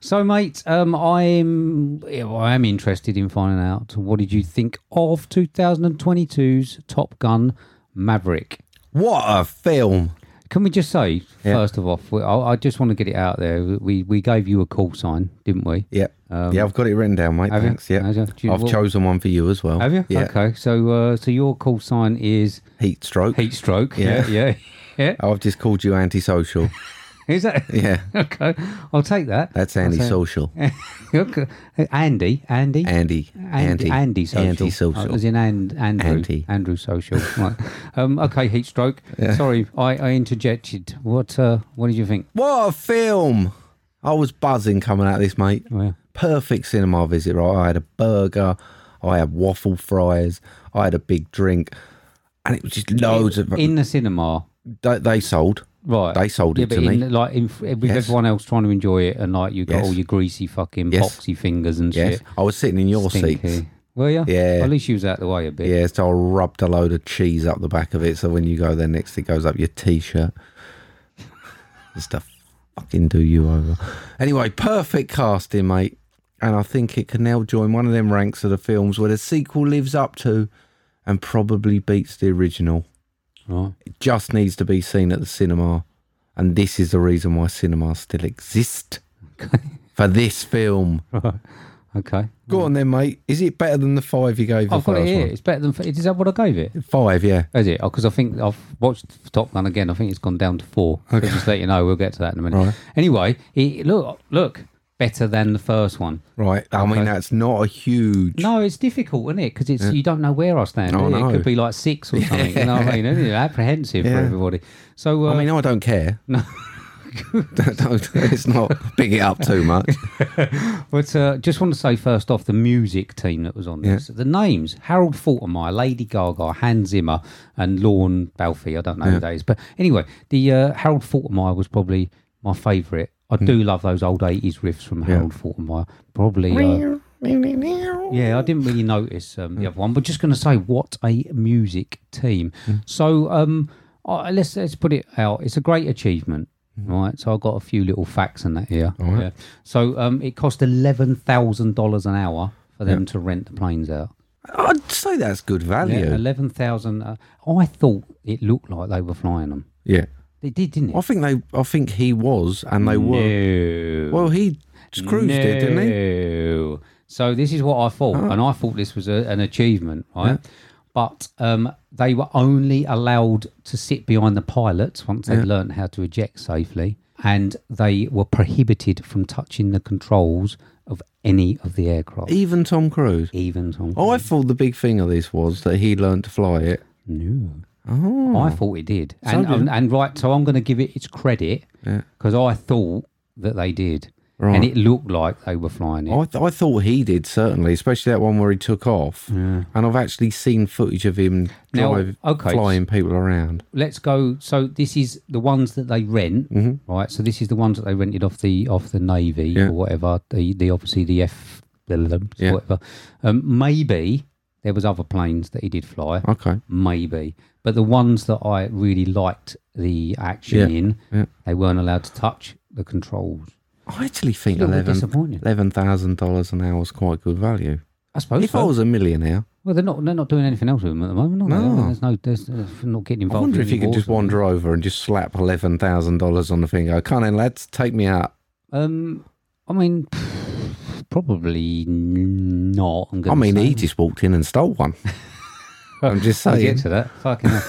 S2: So, mate, um, I'm yeah, well, I am interested in finding out what did you think of 2022's Top Gun Maverick.
S1: What a film!
S2: Can we just say
S1: Yeah.
S2: first of all, we- I, I just want to get it out there. We we gave you a call sign, didn't we?
S1: Yep. Um, yeah, I've got it written down, mate.
S2: have you?
S1: Thanks. Yeah,
S2: Have you? Do you-
S1: I've
S2: what-
S1: chosen one for you as well.
S2: Have you?
S1: Oh, Yeah.
S2: Okay. So, uh, so your call sign is
S1: Heat stroke.
S2: heat stroke.
S1: Yeah.
S2: yeah, yeah. yeah.
S1: I've just called you antisocial.
S2: Is that
S1: yeah,
S2: okay? I'll take that.
S1: that's antisocial.
S2: Okay. uh, Andy, Andy,
S1: Andy.
S2: Andy, Andy social.
S1: Antisocial.
S2: Oh, as in and, Andrew.
S1: Andy.
S2: Andrew social. Right. um, okay, heat stroke. Sorry, I, I interjected. What uh, What did you think?
S1: What a film! I was buzzing coming out of this, mate.
S2: yeah.
S1: Perfect cinema visit, right? I had a burger, I had waffle fries, I had a big drink, and Oh, it was just loads of.
S2: In the cinema.
S1: they, they sold.
S2: Right.
S1: They sold
S2: yeah,
S1: it
S2: but
S1: to me.
S2: in, Like in, with
S1: Yes.
S2: everyone else trying to enjoy it, and like you got
S1: Yes.
S2: all your greasy fucking
S1: Yes.
S2: boxy fingers and
S1: Yes.
S2: shit.
S1: I was sitting in your seats.
S2: Stinky. Were you?
S1: Yeah.
S2: At least you was out the way a bit.
S1: Yeah, so I rubbed a load of cheese up the back of it. So when you go there next, it goes up your t shirt. Just to fucking do you over. Anyway, perfect casting, mate. And I think it can now join one of them ranks of the films where the sequel lives up to and probably beats the original.
S2: Right.
S1: It just needs to be seen at the cinema. And this is the reason why cinemas still exist for this film.
S2: Okay.
S1: Go on then, mate. Is it better than the five you gave the
S2: I've got it
S1: first
S2: here.
S1: one?
S2: It's better than. Is that what I gave it?
S1: Five, yeah.
S2: Is it? Because I think I've watched Top Gun again. I think it's gone down to four. Okay. Just let you know, we'll get to that in a minute.
S1: Right.
S2: Anyway, it, look, look, better than the first one.
S1: Right. I mean,
S2: Okay.
S1: that's not a huge.
S2: No, it's difficult, isn't it? Because it's you don't know where I stand.
S1: Oh,
S2: do you?
S1: no.
S2: It could be like six or something. You know what I mean? Isn't it apprehensive for
S1: Yeah.
S2: everybody. So uh,
S1: I mean, I don't care. no, it's not big it up too much.
S2: But uh, just want to say first off, the music team that was on this. The names: Harold Faltermeyer, Lady Gaga, Hans Zimmer, and Lorne Balfe. I don't know who that is, but anyway, the uh, Harold Faltermeyer was probably my favourite. I do love those old eighties riffs from Harold Faltermeyer. Probably, uh, yeah. I didn't really notice um,
S1: Hmm.
S2: the other one, but just going to say, what a music team!
S1: Hmm.
S2: So, um, I let's let's put it out. It's a great achievement.
S1: Hmm.
S2: Right, so I've got a few little facts in that here. Yeah. So um, it cost eleven thousand dollars an hour for them to rent the planes out.
S1: I'd say that's good value. Oh, Yeah.
S2: eleven thousand. Uh, I thought it looked like they were flying them. It did, didn't it?
S1: I think they. I think he was, and they were.
S2: No.
S1: Well, he screws did, didn't he? Oh.
S2: No. So this is what I thought, and I thought this was a, an achievement, right? But um, they were only allowed to sit behind the pilots once they'd learned how to eject safely, and they were prohibited from touching the controls of any of the aircraft,
S1: Even Tom Cruise.
S2: even Tom.
S1: E- Oh, I thought the big thing of this was that he learned to fly it.
S2: No.
S1: Oh.
S2: I thought it did. And, and, and right, so I'm going to give it its credit because I thought that they did.
S1: Right.
S2: And it looked like they were flying it.
S1: I, th- I thought he did certainly, especially that one where he took off. And I've actually seen footage of him
S2: Now,
S1: drive,
S2: okay,
S1: flying people around.
S2: Let's go. So this is the ones that they rent, right? So this is the ones that they rented off the off the Navy
S1: Mm-hmm. Yeah.
S2: or whatever. The the obviously the F, blah, blah, blah,
S1: Yeah.
S2: whatever. Um, maybe there was other planes that he did fly.
S1: Okay.
S2: maybe. But the ones that I really liked the action
S1: Yeah,
S2: in,
S1: yeah.
S2: they weren't allowed to touch the controls.
S1: I actually think
S2: little bit
S1: eleven
S2: disappointing.
S1: eleven thousand dollars an hour is quite good value.
S2: I suppose.
S1: if
S2: so.
S1: I was a millionaire,
S2: well, they're not. They're not doing anything else with them at the moment. Are they?
S1: No.
S2: there's no. There's, uh, not
S1: I
S2: getting involved.
S1: wonder
S2: in
S1: if you
S2: any
S1: could just
S2: wars.
S1: wander over and just slap eleven thousand dollars on the finger. Come on, in, lads, take me out.
S2: Um, I mean, probably not. I'm
S1: I
S2: gonna
S1: mean,
S2: say.
S1: he just walked in and stole one. I'm just
S2: We'll get
S1: saying.
S2: to that. Fucking hell.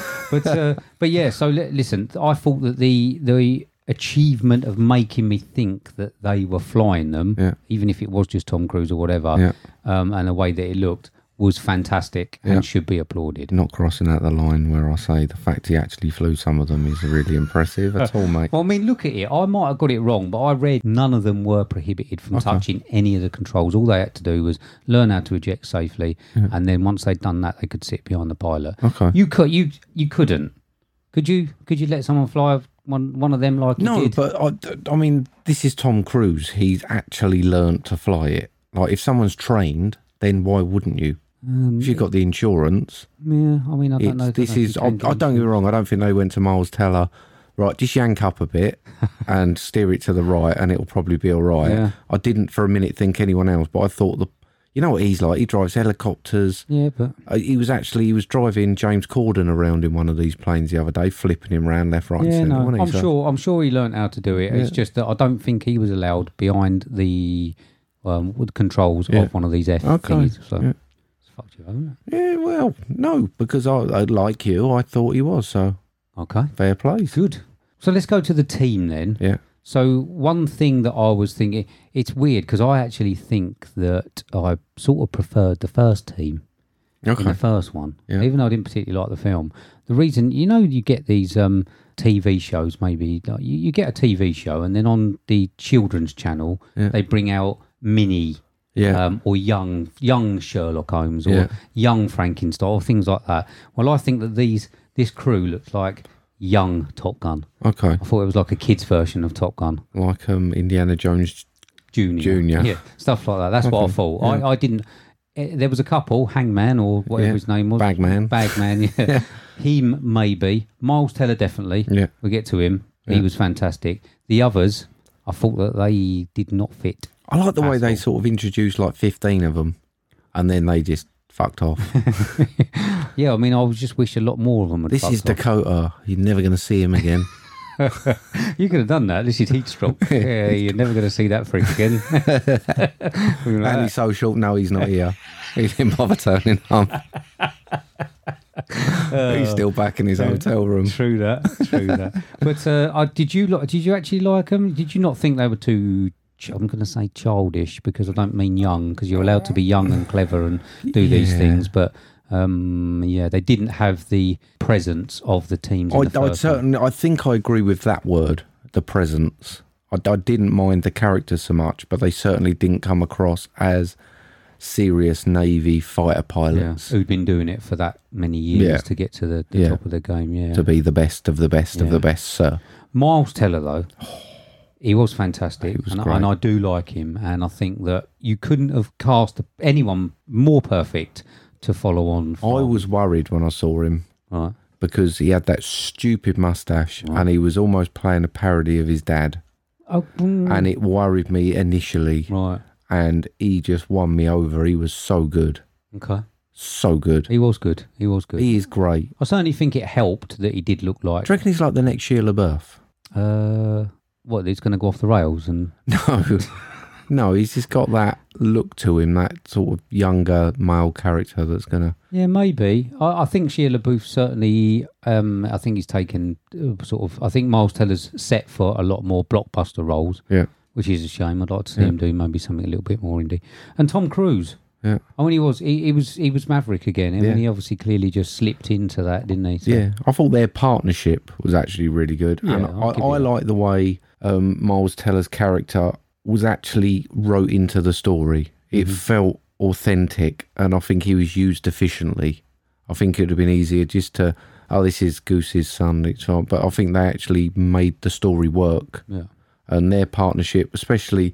S2: But uh, but yeah. So li- listen, I thought that the the achievement of making me think that they were flying them,
S1: Yeah.
S2: even if it was just Tom Cruise or whatever,
S1: Yeah.
S2: um, and the way that it looked was fantastic
S1: Yeah.
S2: and should be applauded.
S1: Not crossing out the line where I say the fact he actually flew some of them is really impressive at all, mate.
S2: Well, I mean, look at it. I might have got it wrong, but I read none of them were prohibited from touching any of the controls. All they had to do was learn how to eject safely, and then once they'd done that, they could sit behind the pilot.
S1: Okay.
S2: You could you you couldn't. Could you could you let someone fly one one of them like you
S1: No,
S2: did?
S1: but I, I mean, this is Tom Cruise. He's actually learned to fly it. Like, if someone's trained, then why wouldn't you?
S2: Um,
S1: if you've got the insurance,
S2: yeah, I mean, I don't
S1: it's,
S2: know.
S1: this is. I, I don't get me wrong. I don't think they went to Miles Teller. Right, just yank up a bit and steer it to the right, and it'll probably be all right.
S2: Yeah.
S1: I didn't for a minute think anyone else, but I thought the. You know what he's like? He drives helicopters.
S2: Yeah, but
S1: Uh, he was actually he was driving James Corden around in one of these planes the other day, flipping him round left, right,
S2: yeah,
S1: and centre.
S2: no,
S1: wasn't he?
S2: I'm
S1: So-
S2: sure I'm sure he learned how to do it. It's just that I don't think he was allowed behind the um, wood controls
S1: Yeah.
S2: of one of these F
S1: Okay,
S2: thingies. So
S1: yeah.
S2: it's fucked you, haven't
S1: Yeah, well, no, because I, I like you. I thought he was so
S2: it? Okay.
S1: fair play.
S2: Good. So let's go to the team then.
S1: Yeah,
S2: So one thing that I was thinking, it's weird because I actually think that I sort of preferred the first team in
S1: okay.
S2: the first one,
S1: Yeah.
S2: even though I didn't particularly like the film. The reason, you know, you get these um, TV shows. Maybe like, you, you get a TV show, and then on the children's channel,
S1: Yeah.
S2: they bring out mini
S1: Yeah,
S2: um, or young young Sherlock Holmes or
S1: Yeah.
S2: young Frankenstein or things like that. Well, I think that these this crew looks like young Top Gun.
S1: okay.
S2: I thought it was like a kids version of Top Gun
S1: Like um, Indiana Jones.
S2: Junior,
S1: Junior.
S2: yeah, stuff like that. That's what I thought. I, I didn't. eh, There was a couple, Hangman or whatever
S1: Yeah.
S2: his name was,
S1: Bagman.
S2: Bagman. Yeah, him maybe. Miles Teller definitely.
S1: Yeah.
S2: we get to him. He was fantastic. The others, I thought that they did not fit.
S1: I like the way they sort of introduced like fifteen of them, and then they just fucked off.
S2: Yeah, I mean, I was just wish a lot more of them. Had
S1: this is
S2: fucked off.
S1: Dakota. You're never going to see him again.
S2: You could have done that. This is heat stroke. yeah, you're never going to see that freak again. We were like,
S1: and he's so short. No, he's not here. He didn't bother turning up. he's still back in his hotel room.
S2: True that. True that. But uh, I- did you li- did you actually like them? Did you not think they were too? ch- I'm going to say childish because I don't mean young because you're allowed to be young and clever and do these
S1: Yeah.
S2: things, but. Um, yeah, they didn't have the presence of the teams. In the
S1: I, I
S2: first one.
S1: certainly, I think I agree with that word. the presence. I, I didn't mind the characters so much, but they certainly didn't come across as serious Navy fighter
S2: Yeah,
S1: pilots
S2: who'd been doing it for that many years
S1: Yeah.
S2: to get to the, the
S1: Yeah.
S2: top of the game. Yeah,
S1: to be the best of the best of
S2: Yeah.
S1: the best, sir.
S2: Miles Teller though, he was fantastic,
S1: was
S2: and,
S1: great.
S2: and I do like him. And I think that you couldn't have cast anyone more perfect to follow on. From,
S1: I was worried when I saw him
S2: right.
S1: because he had that stupid mustache and he was almost playing a parody of his dad.
S2: Oh, mm,
S1: And it worried me initially.
S2: right.
S1: And he just won me over. He was so good.
S2: Okay.
S1: So good.
S2: He was good. He was good.
S1: He is great.
S2: I certainly think it helped that he did look like.
S1: Do you reckon he's like the next Sheila LaBeouf?
S2: Uh, what? He's going to go off the rails and
S1: No. no, he's just got that look to him, that sort of younger male character that's going to.
S2: Yeah, maybe. I, I think Sheila LaBeouf certainly. Um, I think he's taken uh, sort of. I think Miles Teller's set for a lot more blockbuster roles,
S1: Yeah.
S2: which is a shame. I'd like to see him do maybe something a little bit more indie. And Tom Cruise.
S1: Yeah.
S2: I mean, he was he, he was he was Maverick again. I
S1: Yeah.
S2: mean, he obviously clearly just slipped into that, didn't he? So-
S1: Yeah, I thought their partnership was actually really good, and
S2: Yeah, I'll give
S1: I,
S2: you
S1: I
S2: that.
S1: like the way um, Miles Teller's character was actually wrote into the story.
S2: Mm-hmm.
S1: It felt authentic, and I think he was used efficiently. I think it would have been easier just to, oh, this is Goose's son, it's fine. But I think they actually made the story work,
S2: Yeah.
S1: and their partnership, especially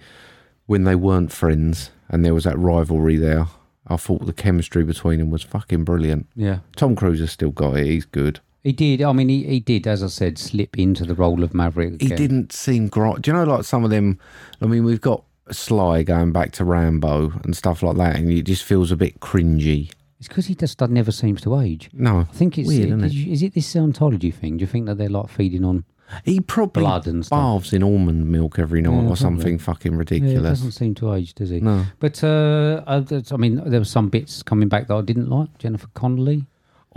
S1: when they weren't friends and there was that rivalry there. I thought the chemistry between them was fucking brilliant.
S2: Yeah.
S1: Tom Cruise has still got it. He's good.
S2: He did. I mean, he, he did, as I said, slip into the role of Maverick.
S1: he
S2: again.
S1: didn't seem great. Do you know, like some of them? I mean, we've got Sly going back to Rambo and stuff like that, and it just feels a bit cringy.
S2: It's because he just never seems to age.
S1: No,
S2: I think it's
S1: weird,
S2: it-
S1: isn't
S2: did
S1: it?
S2: you- is it this Scientology thing? Do you think that they're like feeding on?
S1: He probably
S2: Blood and stuff.
S1: baths in almond milk every night
S2: Yeah,
S1: or something fucking
S2: Yeah, it
S1: ridiculous.
S2: doesn't seem to age, does he?
S1: No.
S2: But uh, uh, that's- I mean, there were some bits coming back that I didn't like. Jennifer Connelly.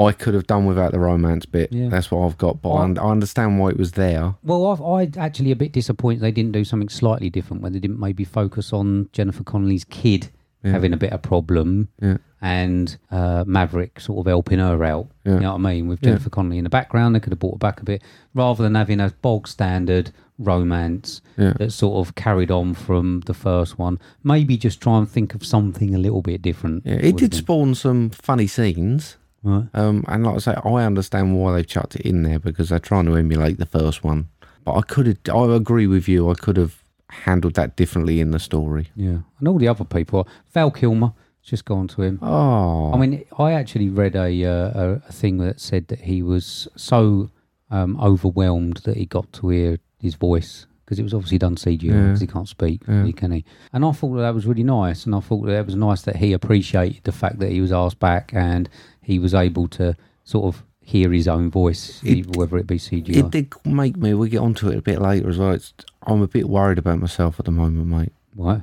S1: I could have done without the romance bit.
S2: Yeah.
S1: That's what I've got, but I, un- I understand why it was there.
S2: Well, I've, I actually a bit disappointed they didn't do something slightly different where they didn't maybe focus on Jennifer Connelly's kid having a bit of problem
S1: Yeah.
S2: and uh, Maverick sort of helping her out. You
S1: Yeah.
S2: know what I mean? With Jennifer Connelly in the background, they could have brought her back a bit rather than having a bog standard romance
S1: Yeah.
S2: that sort of carried on from the first one. Maybe just try and think of something a little bit different.
S1: Yeah, it
S2: would've
S1: did
S2: been-
S1: spawn some funny scenes.
S2: Right.
S1: Um, and like I say, I understand why they chucked it in there because they're trying to emulate the first one. But I could have, I agree with you, I could have handled that differently in the story.
S2: Yeah, and all the other people. Val Kilmer, just gone to him.
S1: Oh,
S2: I mean, I actually read a, uh, a a thing that said that he was so um, overwhelmed that he got to hear his voice because it was obviously done CGI because he can't speak, really, can he? And I thought that, that was really nice, and I thought that it was nice that he appreciated the fact that he was asked back and he was able to sort of hear his own voice, e- whether it be CGI.
S1: it did make me, we'll get onto it a bit later as well. It's, I'm a bit worried about myself at the moment, mate.
S2: Right?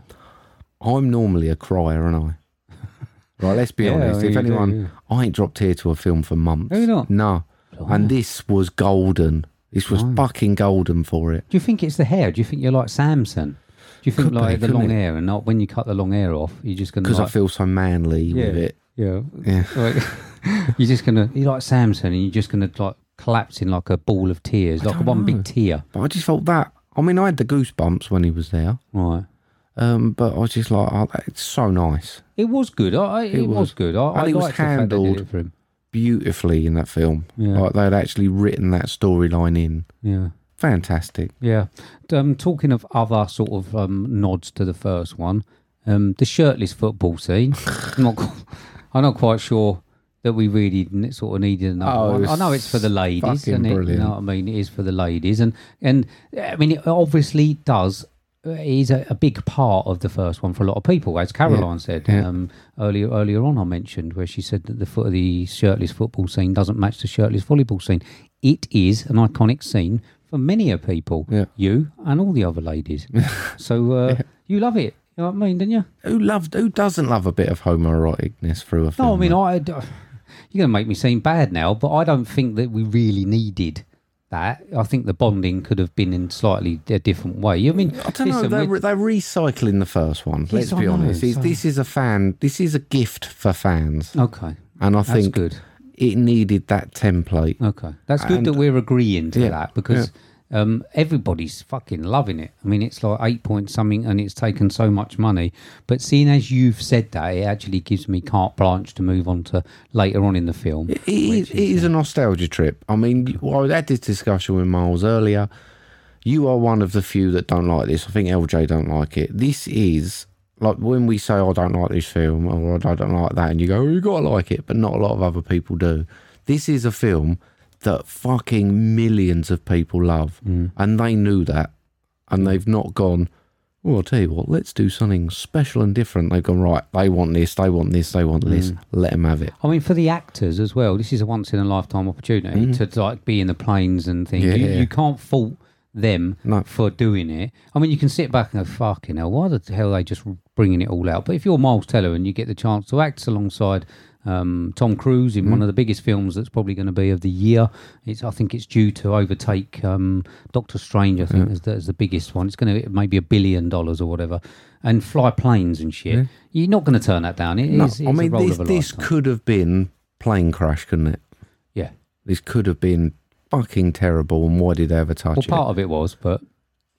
S1: I'm normally a crier, aren't I? Right, let's be
S2: Yeah,
S1: honest.
S2: well,
S1: If
S2: you do,
S1: anyone,
S2: yeah.
S1: I ain't dropped here to a film for months.
S2: Have you not?
S1: No. And this was golden. This was fucking golden for it.
S2: Do you think it's the hair? Do you think you're like Samson? Do you think
S1: Could be,
S2: like the
S1: couldn't
S2: long
S1: it?
S2: hair and not when you cut the long hair off, you're just gonna
S1: Because
S2: like,
S1: I feel so manly
S2: yeah,
S1: with it.
S2: Yeah.
S1: Yeah.
S2: Like, you're just gonna you're like Samson and you're just gonna like collapse in like a ball of tears, like one big tear.
S1: But I just felt that. I mean, I had the goosebumps when he was there,
S2: Right.
S1: um, but I was just like, oh, that- it's so nice,
S2: It was good. I, I- it,
S1: It
S2: was.
S1: was.
S2: good. I,
S1: And
S2: I
S1: it was
S2: liked the fact they did
S1: handled.
S2: it for him.
S1: beautifully in that film.
S2: Yeah.
S1: Like they'd actually written that storyline in.
S2: Yeah.
S1: Fantastic.
S2: Yeah. Um, talking of other sort of um, nods to the first one, um, the shirtless football scene. I'm not, qu- I'm not quite sure that we really n- sort of needed
S1: Oh,
S2: another
S1: it
S2: one.
S1: was
S2: I know it's for the ladies,
S1: fucking
S2: and it, you
S1: brilliant.
S2: know what I mean. It is for the ladies, and and I mean it obviously does uh, is a, a big part of the first one for a lot of people, as Caroline said um, earlier. Earlier on, I mentioned where she said that the foot the shirtless football scene doesn't match the shirtless volleyball scene. It is an iconic scene for many of people,
S1: Yeah.
S2: you and all the other ladies. so uh, you love it. You know what I mean, don't you?
S1: Who loved? Who doesn't love a bit of homoeroticness through a film?
S2: No, I mean,
S1: mate?
S2: I. d- You're going to make me seem bad now, but I don't think that we really needed that. I think the bonding could have been in slightly a different way. I mean,
S1: I don't know.
S2: listen,
S1: They're,
S2: we-
S1: re- they're recycling the first one. let's
S2: I
S1: be
S2: know,
S1: honest. It's-
S2: so-
S1: This is a fan. This is a gift for fans,
S2: okay,
S1: and I
S2: that's
S1: think
S2: good.
S1: it needed that template.
S2: Okay, that's good that
S1: And-
S2: we're agreeing to
S1: Yeah,
S2: that because Um, everybody's fucking loving it. I mean, it's like eight point something, and it's taken so much money. But seeing as you've said that, it actually gives me carte blanche to move on to later on in the film.
S1: It is, it is a nostalgia trip. I mean, well, I had this discussion with Miles earlier. You are one of the few that don't like this. I think LJ don't like it. This is like when we say "Oh, I don't like this film or I don't like that, and you go, oh, you gotta like it, but not a lot of other people do. This is a film that fucking millions of people love, and they knew that, and they've not gone. Well, I'll tell you what, let's do something special and different. They've gone, right, they want this, they want this, they want this. Let them have it.
S2: I mean, for the actors as well, this is a once in a lifetime opportunity to like be in the planes and things.
S1: Yeah,
S2: you,
S1: Mm-hmm. yeah.
S2: you can't fault them
S1: No.
S2: for doing it. I mean, you can sit back and go, "Fucking hell, why the hell are they just bringing it all out?" But if you're Miles Teller and you get the chance to act alongside um, Tom Cruise in
S1: Mm-hmm.
S2: one of the biggest films that's probably going to be of the year, it's I think it's due to overtake um, Doctor Strange. I think as, the, as the biggest one. It's going to maybe a billion dollars or whatever, and fly planes and shit. You're not going to turn that down. It is.
S1: No,
S2: it's
S1: I
S2: a
S1: mean,
S2: role
S1: this,
S2: of a
S1: this
S2: lifetime.
S1: could have been plane crash, couldn't it?
S2: yeah.
S1: This could have been fucking terrible. And why did they ever touch
S2: Well,
S1: it?
S2: part of it was, but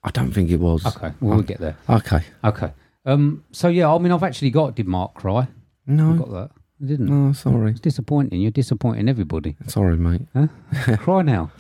S1: I don't think it was. Oh,
S2: okay, we'll, we'll get there.
S1: Okay.
S2: Okay. Um. So yeah, I mean, I've actually got. Did Mark cry? I
S1: No.
S2: got that. I didn't.
S1: No, sorry.
S2: It's disappointing. You're disappointing everybody.
S1: Sorry, mate.
S2: cry now.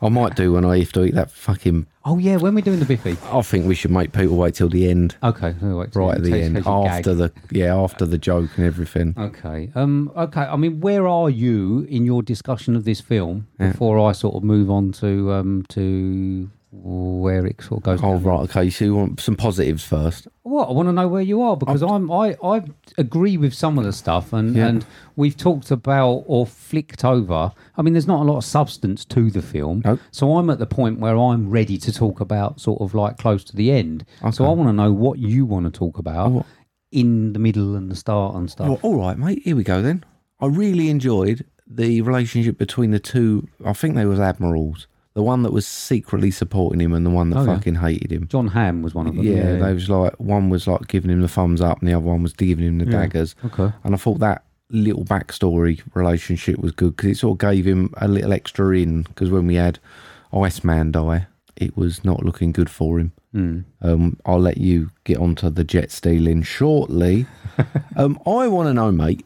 S1: I might do when I have to eat that fucking.
S2: Oh yeah, when we're doing the biffy.
S1: I think we should make people wait till the end,
S2: Okay. so wait till-
S1: right at the
S2: till-
S1: end,
S2: till you gag.
S1: after the yeah, after the joke and everything.
S2: Okay. Um. Okay. I mean, where are you in your discussion of this film before I sort of move on to um to where it sort of goes?
S1: Oh right, okay. So you want some positives first?
S2: What I want to know where you are because I'm I, I agree with some of the stuff and
S1: Yeah.
S2: and we've talked about or flicked over. I mean, there's not a lot of substance to the film,
S1: Nope.
S2: so I'm at the point where I'm ready to talk about sort of like close to the end. So I want to know what you want to talk about
S1: Oh.
S2: in the middle and the start and stuff.
S1: Well, all right, mate. Here we go then. I really enjoyed the relationship between the two. I think they was admirals. The one that was secretly supporting him and the one that
S2: Oh, yeah.
S1: fucking hated him.
S2: John Hamm was one of them.
S1: Yeah, they was like one was like giving him the thumbs up and the other one was giving him the daggers.
S2: Okay.
S1: And I thought that little backstory relationship was good because it sort of gave him a little extra in. Because when we had Iceman die, it was not looking good for him. Um, I'll let you get onto the jet stealing shortly. um, I want to know, mate,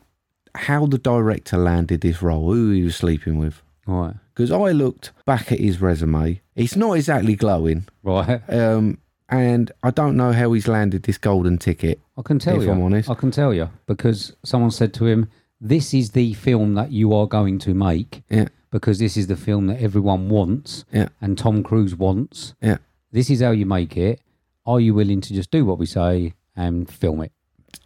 S1: how the director landed this role, who he was sleeping with.
S2: Right.
S1: Because I looked back at his resume. It's not exactly glowing.
S2: Right.
S1: Um, and I don't know how he's landed this golden ticket.
S2: I can tell
S1: If
S2: you.
S1: I'm honest.
S2: I can tell you because someone said to him, "This is the film that you are going to make."
S1: Yeah,
S2: because this is the film that everyone wants
S1: Yeah.
S2: and Tom Cruise wants.
S1: yeah.
S2: This is how you make it. Are you willing to just do what we say and film it?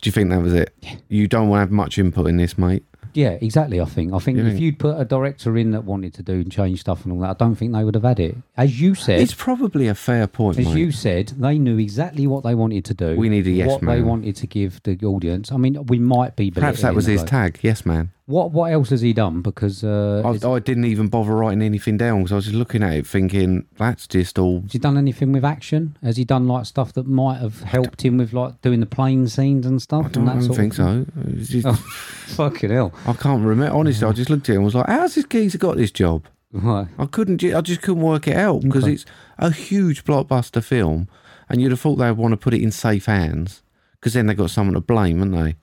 S1: Do you think that was it? You don't want to have much input in this, mate.
S2: Yeah, exactly. I think. I think if you'd put a director in that wanted to do and change stuff and all that, I don't think they would have had it. As you said,
S1: It's probably a fair point,
S2: as
S1: mate.
S2: you said, they knew exactly what they wanted to do.
S1: We need a yes
S2: What they
S1: man.
S2: wanted to give the audience. I mean, we might be.
S1: Perhaps that
S2: belittling
S1: was
S2: it,
S1: his
S2: though.
S1: tag. Yes, man.
S2: What What else has he done? Because uh,
S1: I,
S2: has
S1: I didn't even bother writing anything down because I was just looking at it, thinking that's just all.
S2: Has he done anything with action? Has he done like stuff that might have helped him with like doing the plane scenes and stuff?
S1: I don't,
S2: and that
S1: I don't
S2: sort
S1: think
S2: of... Oh.
S1: so. It's just-
S2: Fucking hell!
S1: I can't remember. Honestly, I just looked at it and was like, "How's this geezer got this job?"
S2: Right.
S1: I couldn't. ju- I just couldn't work it out because it's a huge blockbuster film, and you'd have thought they'd want to put it in safe hands because then they got someone to blame, haven't they?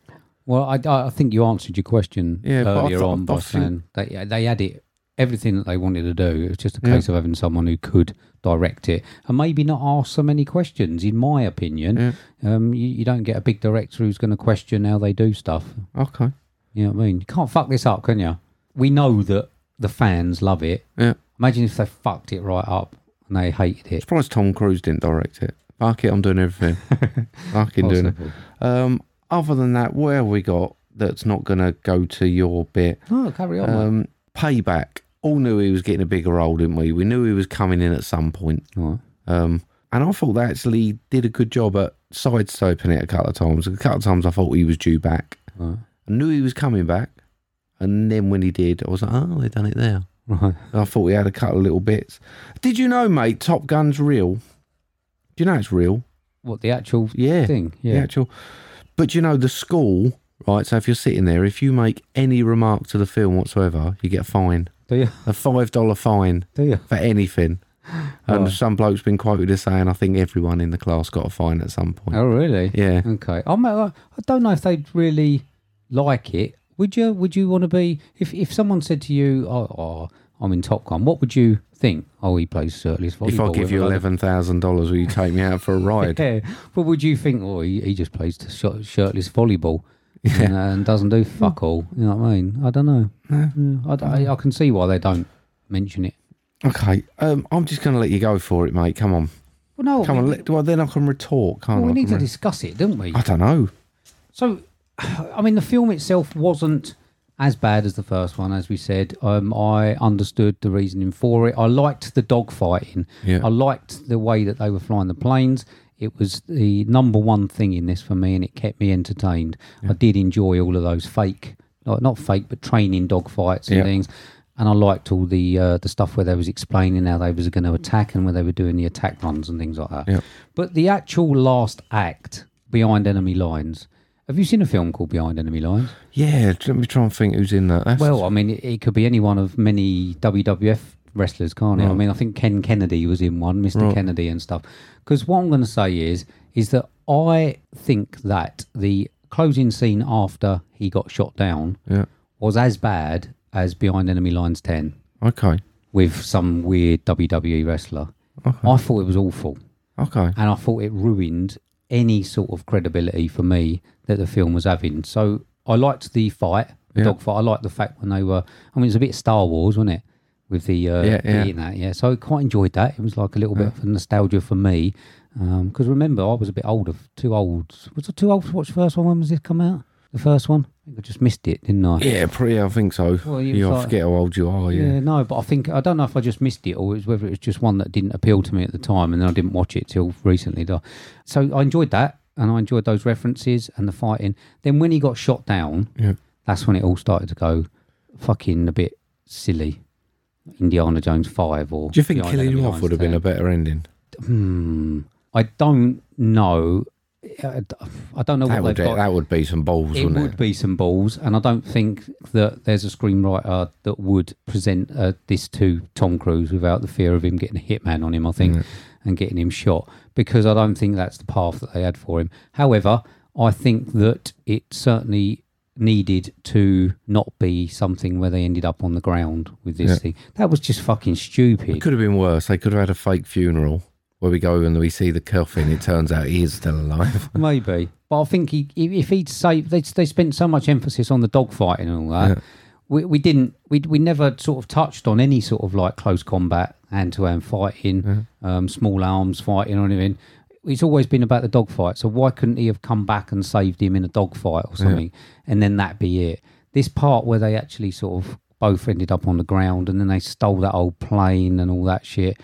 S2: Well, I, I- I think you answered your question
S1: Yeah, but I
S2: earlier
S1: thought-
S2: on
S1: I
S2: by
S1: think-
S2: saying they they had it everything that they wanted to do. It was just a case of having someone who could direct it and maybe not ask so many questions. In my opinion, um, you, you don't get a big director who's going to question how they do stuff.
S1: Okay.
S2: You know what I mean? You can't fuck this up, can you? We know that the fans love it.
S1: Yeah.
S2: Imagine if they fucked it right up and they hated it.
S1: Surprised Tom Cruise didn't direct it. Fuck it, I'm doing everything. Fucking doing it.
S2: Possible.
S1: Um, other than that, where have we got that's not going to go to your bit?
S2: Oh, carry on. mate.
S1: Um, payback. All knew he was getting a bigger role, didn't we? We knew he was coming in at some point.
S2: All right.
S1: Um, and I thought they actually did a good job at sidestepping it a couple of times. A couple of times I thought he was due back.
S2: Right.
S1: I knew he was coming back. And then when he did, I was like, oh, they done it there.
S2: Right.
S1: And I thought he had a couple of little bits. Did you know, mate, Top Gun's real? Do you know it's real?
S2: What the actual
S1: yeah,
S2: thing?
S1: The actual. But you know, the school, right? So if you're sitting there, if you make any remark to the film whatsoever, you get a fine.
S2: Do you?
S1: A five dollar fine
S2: Do you?
S1: for anything. And
S2: Right.
S1: some bloke's been quoted as saying, "I think everyone in the class got a fine at some point."
S2: Oh, really?
S1: Yeah.
S2: Okay. I'm, uh, I don't know if they'd really like it. Would you? Would you want to be? If if someone said to you, "Oh, oh, I'm in Top Gun," what would you think? Oh, he plays certainly.
S1: if I give you eleven thousand dollars, will you take me out for a ride?
S2: Yeah, but would you think, oh, he, he just plays t- shirt- shirtless volleyball and, uh, and doesn't do
S1: Hmm.
S2: fuck all? You know what I mean? I don't know. Yeah, I, d- I can see why they don't mention it.
S1: Okay, um, I'm just going to let you go for it, mate. Come on,
S2: Well, no,
S1: come
S2: we,
S1: on. Let, well, then I can retort, can't
S2: well,
S1: I?
S2: we
S1: I
S2: need
S1: can
S2: to
S1: re-
S2: discuss it, don't we?
S1: I don't know.
S2: So, I mean, the film itself wasn't as bad as the first one, as we said. Um, I understood the reasoning for it. I liked the dogfighting.
S1: Yeah.
S2: I liked the way that they were flying the planes. It was the number one thing in this for me, and it kept me entertained. I did enjoy all of those fake, like, not fake, but training dogfights and
S1: Yeah.
S2: things. And I liked all the uh, the stuff where they was explaining how they was going to attack and where they were doing the attack runs and things like that.
S1: Yeah.
S2: But the actual last act, Behind Enemy Lines. Have you seen a film called Behind Enemy Lines?
S1: Yeah, let me try and think who's in that. That's,
S2: Well, I mean, it, it could be any one of many WWF wrestlers, can't it? I mean, I think Ken Kennedy was in one, Mr. Kennedy and stuff. Because what I'm going to say is, is that I think that the closing scene after he got shot down
S1: Yeah.
S2: was as bad as Behind Enemy Lines 10
S1: okay,
S2: with some weird WWE wrestler. I thought it was awful
S1: okay.
S2: and I thought it ruined any sort of credibility for me that the film was having. So I liked the fight, the
S1: Yeah.
S2: dog fight. I liked the fact when they were. I mean, it was a bit Star Wars, wasn't it? With the uh,
S1: Yeah, yeah.
S2: the- that, yeah. So I quite enjoyed that. It was like a little bit of nostalgia for me, because remember I was a bit older, too old. Was I too old to watch the first one? When was this come out? The first one? I think I just missed it, didn't I?
S1: Yeah, pretty. I think so.
S2: Well, you
S1: you
S2: was
S1: I
S2: like-
S1: forget how old you are. Yeah.
S2: Yeah, no, but I think I don't know if I just missed it or it was whether it was just one that didn't appeal to me at the time, and then I didn't watch it till recently. though. So I enjoyed that, and I enjoyed those references and the fighting. Then when he got shot down,
S1: Yeah.
S2: that's when it all started to go fucking a bit silly. Indiana Jones Five, or
S1: Do you think
S2: Behind
S1: killing
S2: Enemy
S1: him off
S2: Lines
S1: would have been a
S2: 10.
S1: better ending?
S2: Hmm, I don't know. I I don't know
S1: That
S2: what
S1: would
S2: they've got.
S1: that would be some balls,
S2: It
S1: wouldn't
S2: would be some balls, and I don't think that there's a screenwriter that would present uh, this to Tom Cruise without the fear of him getting a hitman on him. I think, and getting him shot because I don't think that's the path that they had for him. However, I think that it certainly needed to not be something where they ended up on the ground with this thing. That was just fucking
S1: It
S2: stupid.
S1: could have been worse. They could have had a fake funeral where we go and we see the coffin. It turns out he is still alive.
S2: Maybe, but I think he, if if he'd saved, they they spent so much emphasis on the dogfighting and all that. We, we didn't we we never sort of touched on any sort of like close combat, hand to hand fighting, um, small arms fighting or anything. It's always been about the dogfight. So why couldn't he have come back and saved him in a dogfight or something, and then that be it? This part where they actually sort of both ended up on the ground, and then they stole that old plane and all that shit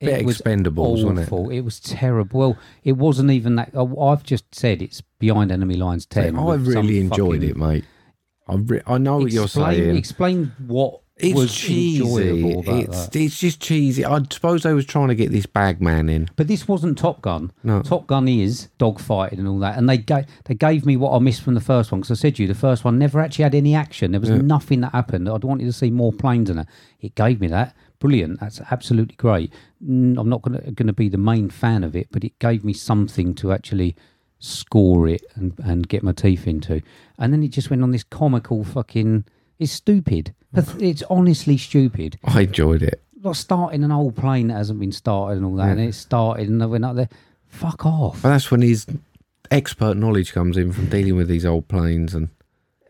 S1: Bit Expendables, wasn't it?
S2: awful. It was terrible. Well, it wasn't even that. oh, I've just said it's behind enemy lines ten.
S1: I
S2: with some
S1: really enjoyed
S2: fucking-
S1: it, mate. I, re- I know what you're
S2: Explain-
S1: saying.
S2: Explain what
S1: it's
S2: was
S1: cheesy.
S2: enjoyable about
S1: it's
S2: that.
S1: it's just cheesy. I suppose they was trying to get this bag man in.
S2: But this wasn't Top Gun.
S1: No.
S2: Top Gun is dogfighting and all that. And they gave they gave me what I missed from the first one because I said to you the first one never actually had any action. There was nothing that happened. I'd wanted to see more planes in it. It gave me that. Brilliant. That's absolutely great. Mm, I'm not gonna gonna be the main fan of it, but it gave me something to actually score it and and get my teeth into. And then it just went on this comical fucking. It's stupid. Path- It's honestly stupid
S1: I enjoyed it.
S2: like starting an old plane that hasn't been started and all that, and it's started and they went up there. Fuck off.
S1: But that's when his expert knowledge comes in from dealing with these old planes and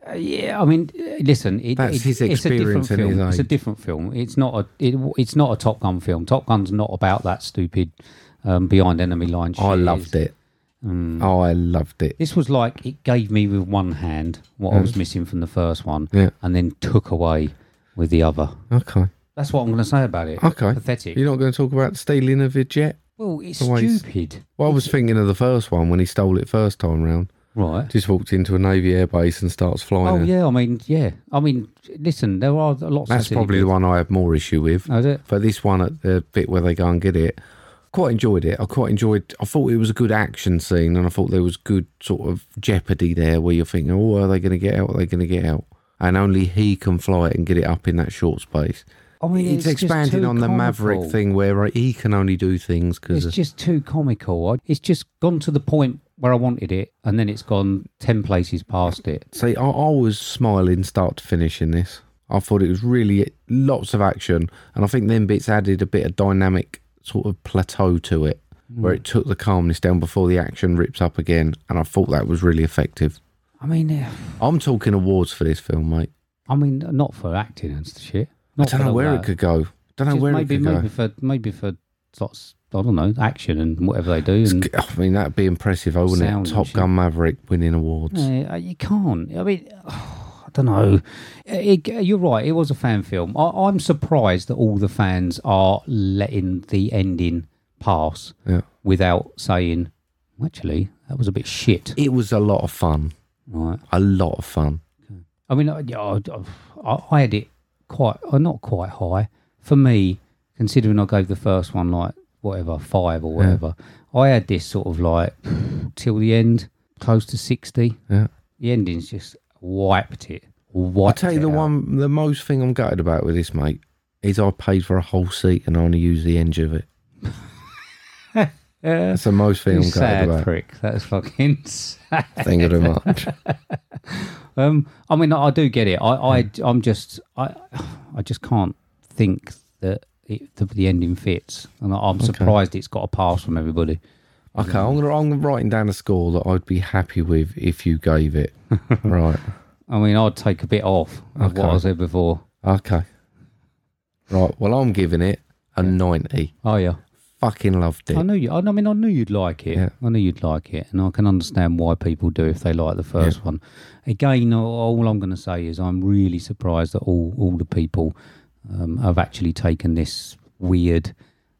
S2: Uh, yeah, I mean, uh, listen, it,
S1: That's
S2: it-
S1: his
S2: it's a different
S1: experience and his
S2: film. It's a
S1: age.
S2: different film. It's not a it, it's not a Top Gun film. Top Gun's not about that stupid um, behind enemy line. Shit.
S1: I loved it.
S2: Hmm.
S1: Oh, I loved it.
S2: This was like it gave me with one hand what I was missing from the first one,
S1: Yeah.
S2: and then took away with the other.
S1: Okay.
S2: That's what I'm going to say about it.
S1: Okay.
S2: pathetic.
S1: You're not going to talk about stealing of it yet?
S2: well, it's
S1: Always-
S2: stupid,
S1: Well, I was thinking of the first one when he stole it first time round.
S2: right?
S1: Just walked into a Navy airbase and starts flying.
S2: Oh
S1: it.
S2: yeah, I mean, yeah, I mean, listen, there are lots.
S1: That's
S2: of silly
S1: probably the
S2: bits.
S1: one I had more issue with.
S2: Oh, is it?
S1: But this one at the bit where they go and get it, quite enjoyed it. I quite enjoyed. I thought it was a good action scene, and I thought there was good sort of jeopardy there, where you're thinking, "Oh, are they going to get out? Are they going to get out?" and only he can fly it and get it up in that short space.
S2: I mean,
S1: It's,
S2: just
S1: expanding
S2: too
S1: on the
S2: comical.
S1: Maverick thing where uh, he can only do things
S2: It's
S1: because
S2: just too comical. I- It's just gone to the point where I wanted it, and then it's gone ten places past it.
S1: See, I, I was smiling start to finish in this. I thought it was really lots of action, and I think them bits added a bit of dynamic sort of plateau to it,
S2: Hmm.
S1: where it took the calmness down before the action rips up again, and I thought that was really effective.
S2: I mean, eh,
S1: I'm talking awards for this film, mate.
S2: I mean, not for acting and shit.
S1: I
S2: Not
S1: don't
S2: for
S1: know
S2: all
S1: where
S2: that.
S1: it could go. Don't know
S2: Just
S1: where
S2: maybe,
S1: it could
S2: maybe
S1: go.
S2: for maybe for lots. I don't know action and whatever they do. And,
S1: I mean, that'd be impressive, oh, wouldn't
S2: Sound
S1: it?
S2: and
S1: Top
S2: shit.
S1: Gun Maverick winning awards.
S2: Eh, you can't. I mean, I don't know. Uh, It, you're right. It was a fan film. I, I'm surprised that all the fans are letting the ending pass
S1: Yeah.
S2: without saying, actually, that was a bit shit.
S1: It was a lot of fun.
S2: Right.
S1: A lot of fun.
S2: I mean, I, yeah, I, I- I had it quite, uh, not quite high. For me, considering I gave the first one like whatever, five or whatever, I had this sort of like till the end, close to 60.
S1: Yeah.
S2: The ending's just wiped it.
S1: I
S2: Wiped
S1: tell you
S2: it
S1: the
S2: out.
S1: one, the most thing I'm gutted about with this, mate, is I paid for a whole seat and I only used the edge of it. That's the most thing
S2: You
S1: I'm gutted
S2: sad
S1: about.
S2: prick. That's fucking sad.
S1: Thank you very much.
S2: Um, I mean, I do get it. I, I, I'm just, I, I just can't think that it, the, the ending fits, and I, I'm surprised it's got a pass from everybody.
S1: Okay, I'm, gonna, I'm writing down a score that I'd be happy with if you gave it. right.
S2: I mean, I'd take a bit off of what I
S1: Okay.
S2: said before.
S1: Okay. Right. Well, I'm giving it a 90.
S2: Oh yeah,
S1: Fucking loved it.
S2: I knew you. I mean, I knew you'd like it.
S1: Yeah.
S2: I knew you'd like it, and I can understand why people do if they like the first one. Again, all- all I'm going to say is I'm really surprised that all all the people um, have actually taken this weird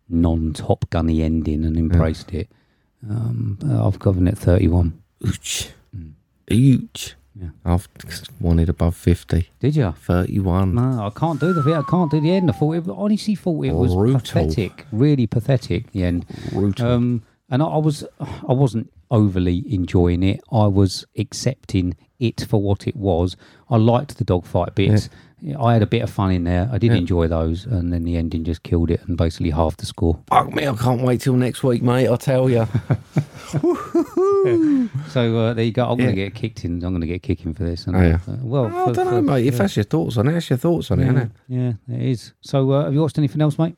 S2: non Top Gunny ending and embraced it. Um, I've given it 31.
S1: Ouch. Ouch.
S2: Mm. Yeah.
S1: I've wanted above 50.
S2: Did you?
S1: 31.
S2: No, I can't do the. I can't do the end. I thought it, I honestly thought it was
S1: Brutal.
S2: pathetic, really pathetic. The end.
S1: Brutal.
S2: Um, and I, I was, I wasn't overly enjoying it. I was accepting it for what it was. I liked the dogfight bits. I had a bit of fun in there. I did enjoy those, and then the ending just killed it and basically halved the score.
S1: Fuck me, I can't wait till next week, mate. I tell you.
S2: So uh, there you go. I'm
S1: Yeah.
S2: going to get kicked in. I'm going to get kicking for this. And,
S1: Oh, yeah.
S2: uh, well,
S1: I
S2: for-
S1: don't know,
S2: for-
S1: mate. If that's your thoughts on it, that's your thoughts on it, isn't it?
S2: yeah, it is. So uh, have you watched anything else, mate?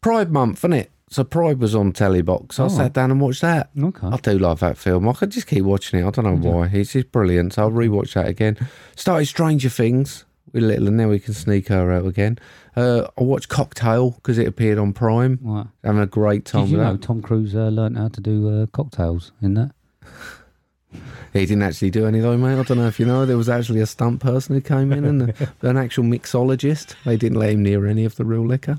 S1: Pride Month, isn't it? So Pride was on Telebox. I
S2: Oh.
S1: sat down and watched that.
S2: Okay.
S1: I do love that film. I could just keep watching it. I don't know why. It's just brilliant. So I'll rewatch that again. Started Stranger Things with little, and now we can sneak her out again. Uh, I watched Cocktail because it appeared on Prime.
S2: Right.
S1: Having a great time
S2: Did you
S1: with
S2: know
S1: that.
S2: Tom Cruise uh, learned how to do uh, cocktails in that?
S1: He didn't actually do any though, mate. I don't know if you know. There was actually a stunt person who came in and a, an actual mixologist. They didn't let him near any of the real liquor.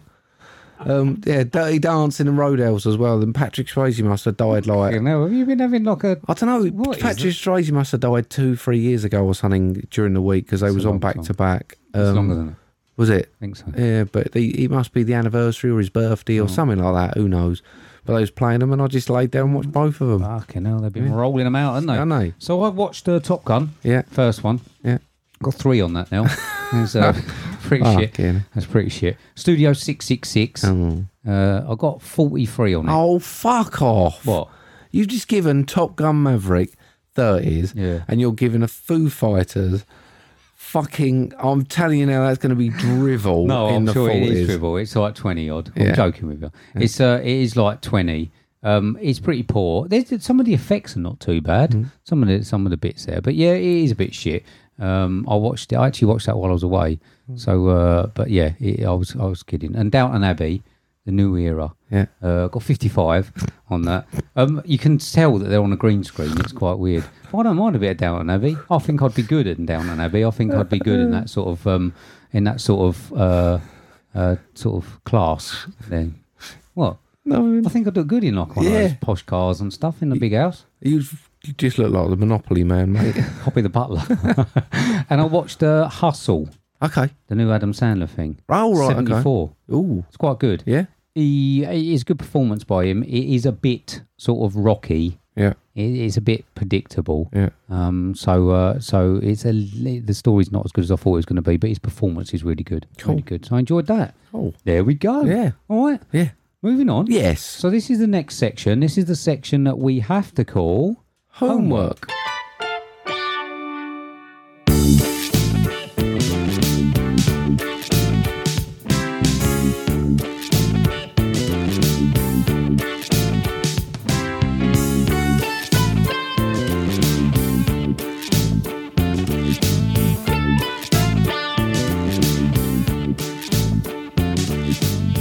S1: Um, yeah, Dirty Dancing and Roadhouse as well. Then Patrick Swayze must have died like.
S2: know, have you been having like a
S1: I don't know.
S2: What is
S1: Patrick Swayze must have died two, three years ago or something during the week because they
S2: It's
S1: was
S2: a
S1: on
S2: long
S1: back
S2: time.
S1: to back.
S2: It's
S1: Um,
S2: longer than that. I
S1: Was it?
S2: think so.
S1: Yeah, but the, it must be the anniversary or his birthday or
S2: Oh.
S1: something like that. Who knows? But they was playing them, and I just laid down and watched both of them.
S2: Fucking hell, they've been rolling them out, haven't they?
S1: Haven't they?
S2: So I watched uh, Top Gun,
S1: Yeah,
S2: first one.
S1: yeah.
S2: Got three on that now. That's uh, pretty shit.
S1: Fucking-
S2: That's pretty shit. Studio 666.
S1: Oh.
S2: Uh, I got 43 on it.
S1: Oh, fuck off.
S2: What?
S1: You've just given Top Gun Maverick 30s,
S2: Yeah.
S1: and you're giving a Foo Fighters fucking. I'm telling you now, that's going to be drivel
S2: No,
S1: in
S2: I'm
S1: the
S2: sure
S1: 40s.
S2: it is dribble. It's like 20 odd. I'm
S1: Yeah.
S2: joking with you. It's uh, it is like 20. Um, it's pretty poor. There's, some of the effects are not too bad.
S1: Mm-hmm.
S2: Some of the some of the bits there, but yeah, it is a bit shit. Um, I watched it. I actually watched that while I was away.
S1: Mm.
S2: So, uh, but yeah, it, I was I was kidding. And Downton Abbey, the new era.
S1: Yeah.
S2: uh, got 55 on that. Um, you can tell that they're on a green screen. It's quite weird. But I don't mind a bit of Downton Abbey. I think I'd be good in Downton Abbey. I think I'd be good in that sort of um, in that sort of uh, uh, sort of class. Then what?
S1: No,
S2: I think I'd look good in like one of
S1: Yeah.
S2: those posh cars and stuff in a big house.
S1: you you just look like the Monopoly man, mate.
S2: Copy the butler. and I watched uh, Hustle,
S1: okay.
S2: the new Adam Sandler thing.
S1: Oh, right, okay.
S2: 74.
S1: Ooh,
S2: It's quite good.
S1: yeah.
S2: he it is good performance by him. It is a bit sort of rocky
S1: Yeah.
S2: It, it's a bit predictable.
S1: Yeah.
S2: Um. So uh. So it's a li- the story's not as good as I thought it was going to be, but his performance is really good. Really good. So I enjoyed that.
S1: Cool.
S2: There we go.
S1: Yeah.
S2: All right.
S1: Yeah.
S2: Moving on.
S1: Yes.
S2: So this is the next section. This is the section that we have to call
S1: Homework.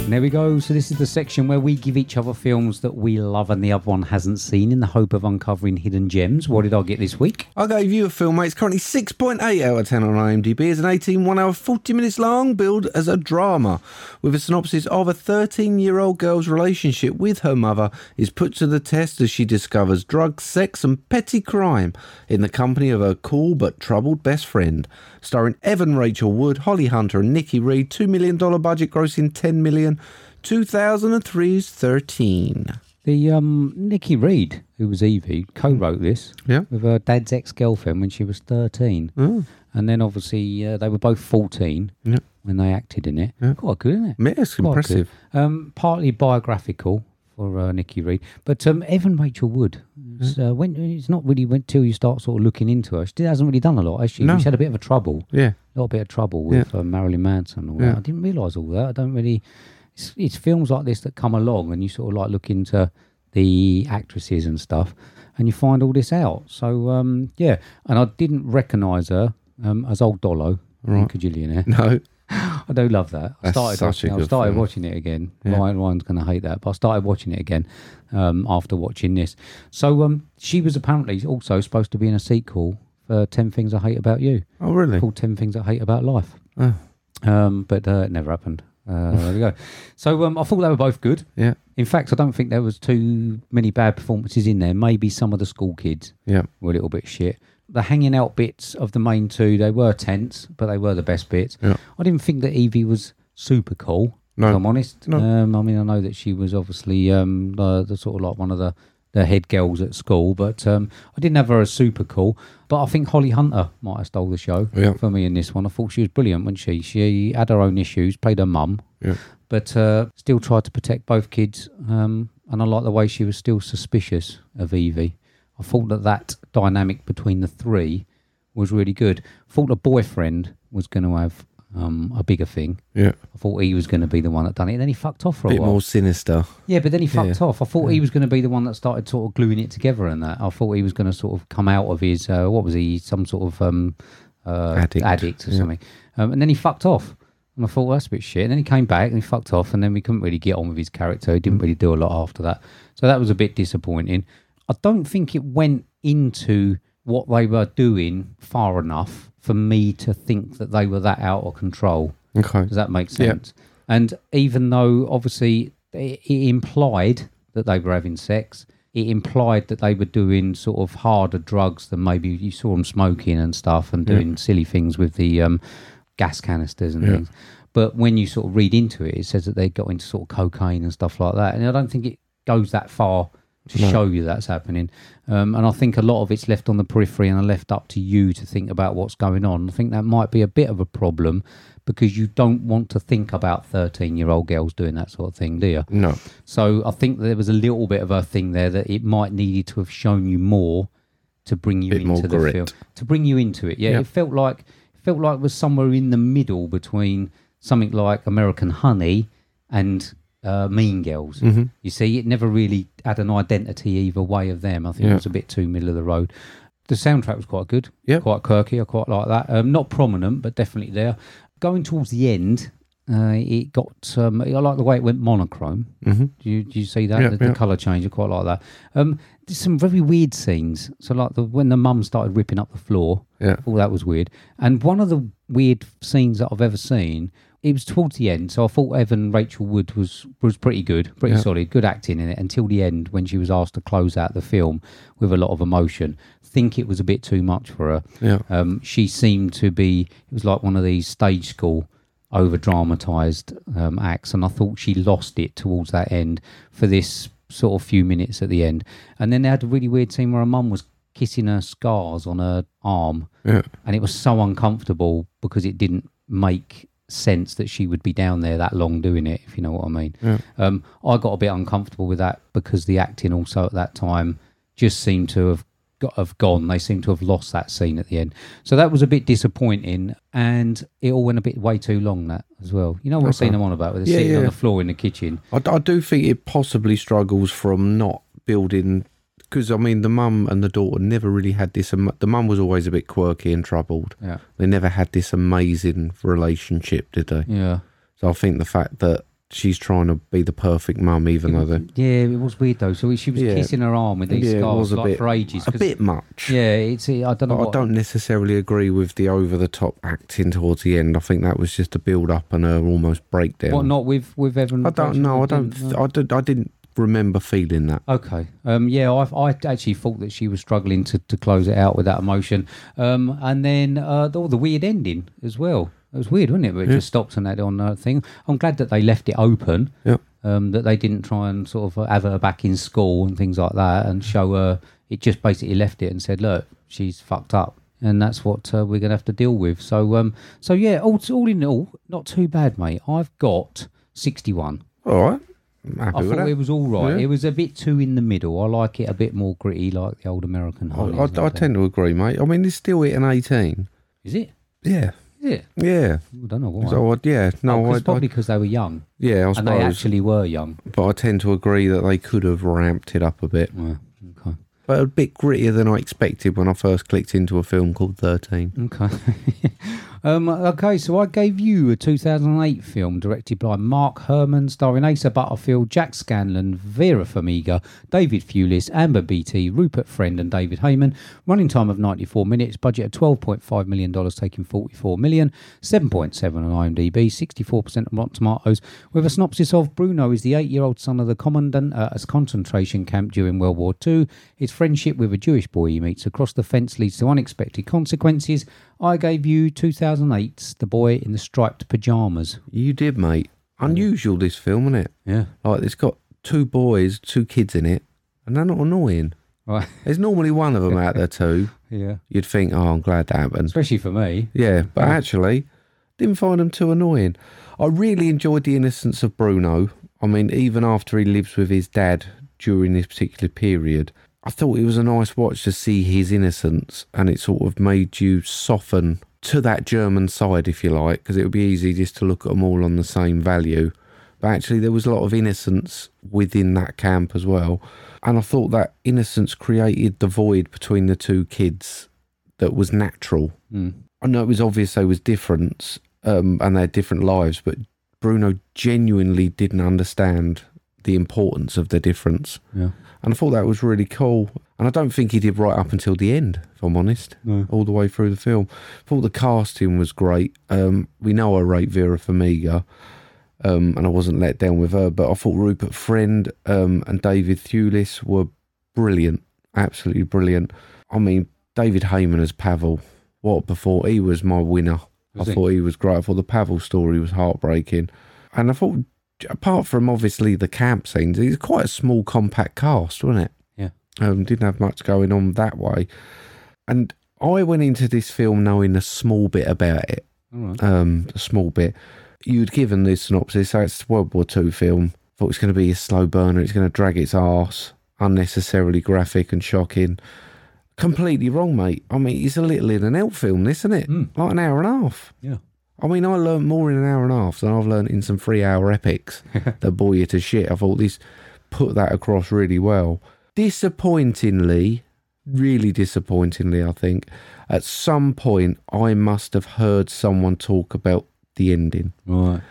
S2: And there we go. So this is the section where we give each other films that we love and the other one hasn't seen in the hope of uncovering hidden gems. What did I get this week?
S1: I gave you a film, mate. It's currently 6.8 out of 10 on IMDb. It's an 18, 1 hour, 40 minutes long, billed as a drama, with a synopsis of a 13 year old girl's relationship with her mother is put to the test as she discovers drugs, sex, and petty crime in the company of her cool but troubled best friend. Starring Evan Rachel Wood, Holly Hunter, and Nikki Reed, $2 million budget, grossing $10 million, 2003's 13.
S2: The um, Nikki Reed, who was Evie, co-wrote this
S1: Yeah. Oh.
S2: with her dad's ex-girlfriend when she was thirteen, and then obviously uh, they were both fourteen
S1: Yeah.
S2: when they acted in it. Quite good, isn't it?
S1: Yeah, it's
S2: Quite good.
S1: impressive.
S2: Um, partly biographical for uh, Nikki Reed, but um, Evan Rachel Wood. It's,
S1: Mm.
S2: uh, when it's not really until you start sort of looking into her. She hasn't really done a lot, has she?
S1: No.
S2: She's had a bit of a trouble,
S1: Yeah.
S2: a little bit of trouble with uh, Marilyn Manson. And all
S1: Yeah.
S2: that. I didn't realise all that. I don't really. It's, it's films like this that come along, and you sort of like look into the actresses and stuff, and you find all this out. So um, yeah, and I didn't recognise her um, as old Dollo. Right. Cajillionaire.
S1: No.
S2: I do love that. I
S1: That's
S2: started
S1: such
S2: watching,
S1: a
S2: I
S1: good
S2: started
S1: film.
S2: watching it again. Ryan, Ryan's going to hate that, but I started watching it again um, after watching this. So um, she was apparently also supposed to be in a sequel for Ten Things I Hate About You,
S1: Oh, really? Oh.
S2: called Ten Things I Hate About Life. Um, but uh, it never happened. Uh, there we go. So um, I thought they were both good.
S1: Yeah.
S2: In fact, I don't think there was too many bad performances in there. Maybe some of the school kids
S1: Yeah.
S2: were a little bit shit. The hanging out bits of the main two, they were tense, but they were the best bits.
S1: Yeah.
S2: I didn't think that Evie was super cool.
S1: No.
S2: If I'm honest.
S1: No.
S2: Um, I mean, I know that she was obviously um, the, the sort of like one of the, the head girls at school, but um, I didn't have her as super cool. But I think Holly Hunter might have stole the show
S1: Yeah.
S2: for me in this one. I thought she was brilliant, wasn't she? She had her own issues, played her mum,
S1: Yeah.
S2: but uh, still tried to protect both kids. Um, and I like the way she was still suspicious of Evie. I thought that that dynamic between the three was really good. I thought the boyfriend was going to have um, a bigger thing.
S1: Yeah.
S2: I thought he was going to be the one that done it. And then he fucked off for a
S1: bit
S2: while.
S1: more sinister.
S2: Yeah, but then he fucked off. I thought he was going to be the one that started sort of gluing it together and that. I thought he was going to sort of come out of his, uh, what was he, some sort of um, uh,
S1: Addict.
S2: or something. Um, and then he fucked off. And I thought, well, that's a bit shit. And then he came back and he fucked off. And then we couldn't really get on with his character. He didn't really do a lot after that. So that was a bit disappointing. I don't think it went into what they were doing far enough for me to think that they were that out of control.
S1: Okay.
S2: Does that make sense? And even though obviously it, it implied that they were having sex, it implied that they were doing sort of harder drugs than maybe you saw them smoking and stuff and doing silly things with the um, gas canisters and things. But when you sort of read into it, it says that they got into sort of cocaine and stuff like that. And I don't think it goes that far to show you that's happening. Um, and I think a lot of it's left on the periphery and left up to you to think about what's going on. I think that might be a bit of a problem because you don't want to think about 13 year old girls doing that sort of thing, do you?
S1: No.
S2: So I think there was a little bit of a thing there that it might needed to have shown you more to bring you
S1: Bit more
S2: into the
S1: grit.
S2: film. To bring you into it. Yeah,
S1: Yeah.
S2: it felt like it felt like it was somewhere in the middle between something like American Honey and uh, Mean Girls.
S1: Mm-hmm.
S2: You see, it never really had an identity either way of them. I think
S1: Yeah.
S2: it was a bit too middle of the road. The soundtrack was quite good.
S1: Yeah.
S2: Quite quirky. I quite like that. Um, not prominent, but definitely there. Going towards the end, uh, it got. Um, I like the way it went monochrome. Mm-hmm. Do, you, do you see that?
S1: Yeah,
S2: the the
S1: yeah.
S2: colour change. I quite like that. Um, there's some very weird scenes. So, like the, when the mum started ripping up the floor,
S1: Yeah.
S2: all that was weird. And one of the weird scenes that I've ever seen, it was towards the end. So I thought Evan Rachel Wood was was pretty good, pretty solid, good acting in it until the end when she was asked to close out the film with a lot of emotion. Think it was a bit too much for her.
S1: Yeah.
S2: Um, she seemed to be. It was like one of these stage school over dramatized um, acts, and I thought she lost it towards that end for this sort of few minutes at the end. And then they had a really weird scene where a mum was kissing her scars on her arm.
S1: Yeah.
S2: And it was so uncomfortable because it didn't make sense that she would be down there that long doing it, if you know what I mean. Um, I got a bit uncomfortable with that because the acting also at that time just seemed to have got, have gone. They seemed to have lost that scene at the end. So that was a bit disappointing, and it all went a bit way too long. That as well. You know what scene I'm on about with the
S1: Yeah,
S2: sitting on
S1: yeah.
S2: the floor in the kitchen.
S1: I, I do think it possibly struggles from not building because I mean the mum and the daughter never really had this. am- The mum was always a bit quirky and troubled.
S2: Yeah.
S1: They never had this amazing relationship, did they?
S2: Yeah.
S1: So I think the fact that she's trying to be the perfect mum, even though the
S2: Yeah, it was weird though. So she was
S1: Yeah.
S2: kissing her arm with these
S1: yeah, it
S2: scars
S1: was a
S2: like
S1: bit
S2: for ages.
S1: a
S2: 'cause-
S1: bit much.
S2: Yeah, it's I don't know.
S1: But I
S2: what-
S1: don't necessarily agree with the over the top acting towards the end. I think that was just a build up and a almost breakdown.
S2: What not with with Evan?
S1: I don't
S2: Rachel?
S1: know. I
S2: You
S1: don't.
S2: didn't, no?
S1: th- I did. I didn't remember feeling that.
S2: Okay. Um, yeah, I, I actually thought that she was struggling to, to close it out with that emotion. Um, and then uh, the, the weird ending as well. It was weird, wasn't it? But it just stopped on that on that thing. I'm glad that they left it open.
S1: Yep.
S2: Um, that they didn't try and sort of have her back in school and things like that, and show her. It just basically left it and said, "Look, she's fucked up." And that's what uh, we're going to have to deal with. So, um, so yeah, all, all in all, not too bad, mate. I've got 61.
S1: All right. I'm happy
S2: I
S1: with
S2: thought
S1: that.
S2: it was all right.
S1: Yeah.
S2: It was a bit too in the middle. I like it a bit more gritty, like the old American
S1: I,
S2: honey.
S1: I, I tend to agree, mate. I mean, it's still hitting 18.
S2: Is it?
S1: Yeah.
S2: Is it?
S1: Yeah.
S2: I don't know why.
S1: So, I, yeah. No,
S2: Oh,
S1: I,
S2: 'cause
S1: I-
S2: probably because they were young,
S1: yeah, I
S2: and they
S1: suppose.
S2: actually were young.
S1: But I tend to agree that they could have ramped it up a bit.
S2: Well, okay.
S1: But a bit grittier than I expected when I first clicked into a film called 13.
S2: Okay. um, okay, so I gave you a 2008 film directed by Mark Herman, starring Asa Butterfield, Jack Scanlon, Vera Farmiga, David Fulis, Amber Beattie, Rupert Friend, and David Heyman. Running time of 94 minutes, budget of $12.5 million, taking $44 million, 7.7 on IMDb, 64% on Rotten Tomatoes, with a synopsis of Bruno is the eight year old son of the commandant at a concentration camp during World War II. His friendship with a Jewish boy he meets across the fence leads to unexpected consequences. I gave you 2008's The Boy in the Striped Pajamas.
S1: You did, mate. Unusual, this film, isn't it?
S2: Yeah.
S1: Like, it's got two boys, two kids in it, and they're not annoying.
S2: Right.
S1: There's normally one of them out there, too.
S2: Yeah.
S1: You'd think, oh, I'm glad that happened.
S2: Especially for me.
S1: Yeah, but actually, didn't find them too annoying. I really enjoyed the innocence of Bruno. I mean, even after he lives with his dad during this particular period, I thought it was a nice watch to see his innocence, and it sort of made you soften to that German side, if you like, because it would be easy just to look at them all on the same value. But actually, there was a lot of innocence within that camp as well. And I thought that innocence created the void between the two kids that was natural. I know it was obvious they was different um, and they had different lives, but Bruno genuinely didn't understand the importance of the difference.
S2: Yeah.
S1: And I thought that was really cool. And I don't think he did right up until the end, if I'm honest, all the way through the film. thought the casting was great. Um, we know I rate Vera Farmiga, um, and I wasn't let down with her, but I thought Rupert Friend um, and David Thewlis were brilliant, absolutely brilliant. I mean, David Heyman as Pavel, what before he was my winner.
S2: Was
S1: I
S2: he?
S1: thought he was great. I thought the Pavel story was heartbreaking, and I thought, apart from obviously the camp scenes, it's quite a small, compact cast, wasn't it?
S2: Yeah.
S1: Um, didn't have much going on that way, and I went into this film knowing a small bit about it
S2: All right.
S1: um, a small bit. You'd given this synopsis, so it's a World War II film. Thought it's going to be a slow burner. It's going to drag its arse, unnecessarily graphic and shocking. Completely wrong, mate. I mean, it's a little in and out film, this, isn't it?
S2: Mm.
S1: Like an hour and a half.
S2: Yeah.
S1: I mean, I learned more in an hour and a half than I've learned in some three-hour epics that bore you to shit. I thought this put that across really well. Disappointingly, really disappointingly, I think, at some point I must have heard someone talk about the ending.
S2: Right.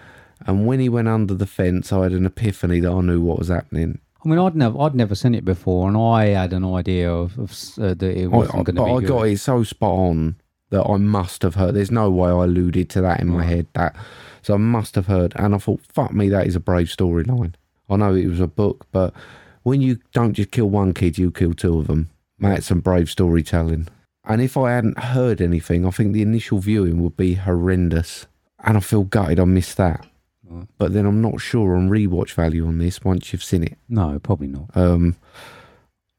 S1: And when he went under the fence, I had an epiphany that I knew what was happening.
S2: I mean, I'd never, I'd never seen it before, and I had an idea of, of s- uh, that it
S1: I,
S2: wasn't
S1: I-
S2: going to
S1: but
S2: be
S1: I
S2: good.
S1: got it so spot on that I must have heard. There's no way I alluded to that in my head. That so I must have heard, and I thought, "Fuck me, that is a brave storyline." I know it was a book, but when you don't just kill one kid, you kill two of them. That's some brave storytelling. And if I hadn't heard anything, I think the initial viewing would be horrendous, and I feel gutted I missed that. But then I'm not sure on rewatch value on this once you've seen it.
S2: No, probably not.
S1: Um,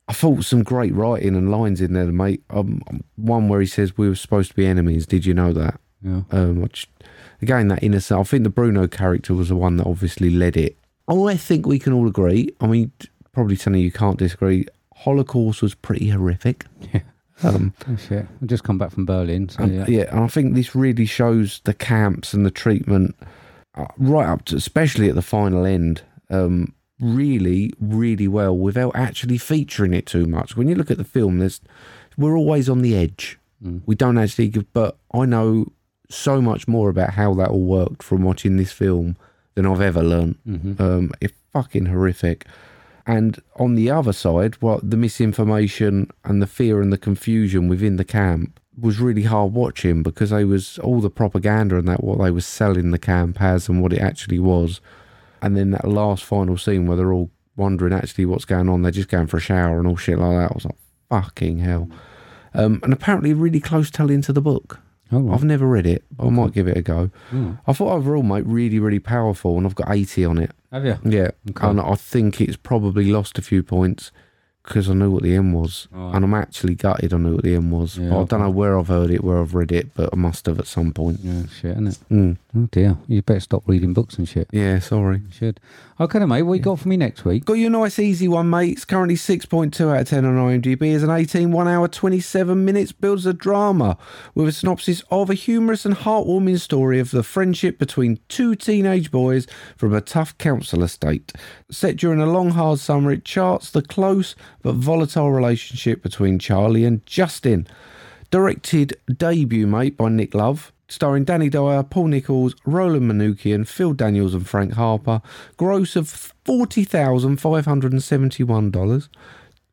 S1: I thought some great writing and lines in there, mate. Um, one where he says we were supposed to be enemies. Did you know that?
S2: Yeah.
S1: Um, which, again, that innocent. I think the Bruno character was the one that obviously led it. Oh, I think we can all agree. I mean, t- probably Tony, you can't disagree. Holocaust was pretty horrific.
S2: Yeah.
S1: Um,
S2: Oh, shit. I've just come back from Berlin. So,
S1: and-
S2: Oh, yeah.
S1: yeah. and I think this really shows the camps and the treatment uh, right up to, especially at the final end, um, really, really well without actually featuring it too much. When you look at the film, there's we're always on the edge. We don't actually give, but I know so much more about how that all worked from watching this film than I've ever learned. Um, it's fucking horrific. And on the other side, what the misinformation and the fear and the confusion within the camp was really hard watching because they was all the propaganda and that what they was selling the camp as and what it actually was. And then that last final scene where they're all wondering actually what's going on, they're just going for a shower and all shit like that. I was like, fucking hell. Um, and apparently really close telling to the book.
S2: Oh, right.
S1: I've never read it, but I might give it a go. I thought overall, mate, really, really powerful, and I've got 80 on it.
S2: Have you?
S1: Yeah,
S2: Okay.
S1: and I think it's probably lost a few points because I knew what the end was, and I'm actually gutted I knew what the end was.
S2: Yeah,
S1: I don't know where I've heard it, where I've read it, but I must have at some point.
S2: Yeah, shit, isn't it?
S1: Mm.
S2: Oh, dear. You better stop reading books and shit.
S1: Yeah, sorry.
S2: You should. Okay, then, mate. What you got for me next week?
S1: Got you a nice easy one, mate. It's currently 6.2 out of 10 on IMDb. It's an 18, 1 hour, 27 minutes, builds a drama with a synopsis of a humorous and heartwarming story of the friendship between two teenage boys from a tough council estate. Set during a long, hard summer, it charts the close but volatile relationship between Charlie and Justin. Directed debut, mate, by Nick Love. Starring Danny Dyer, Paul Nichols, Roland Manukian, Phil Daniels, and Frank Harper. Gross of $40,571.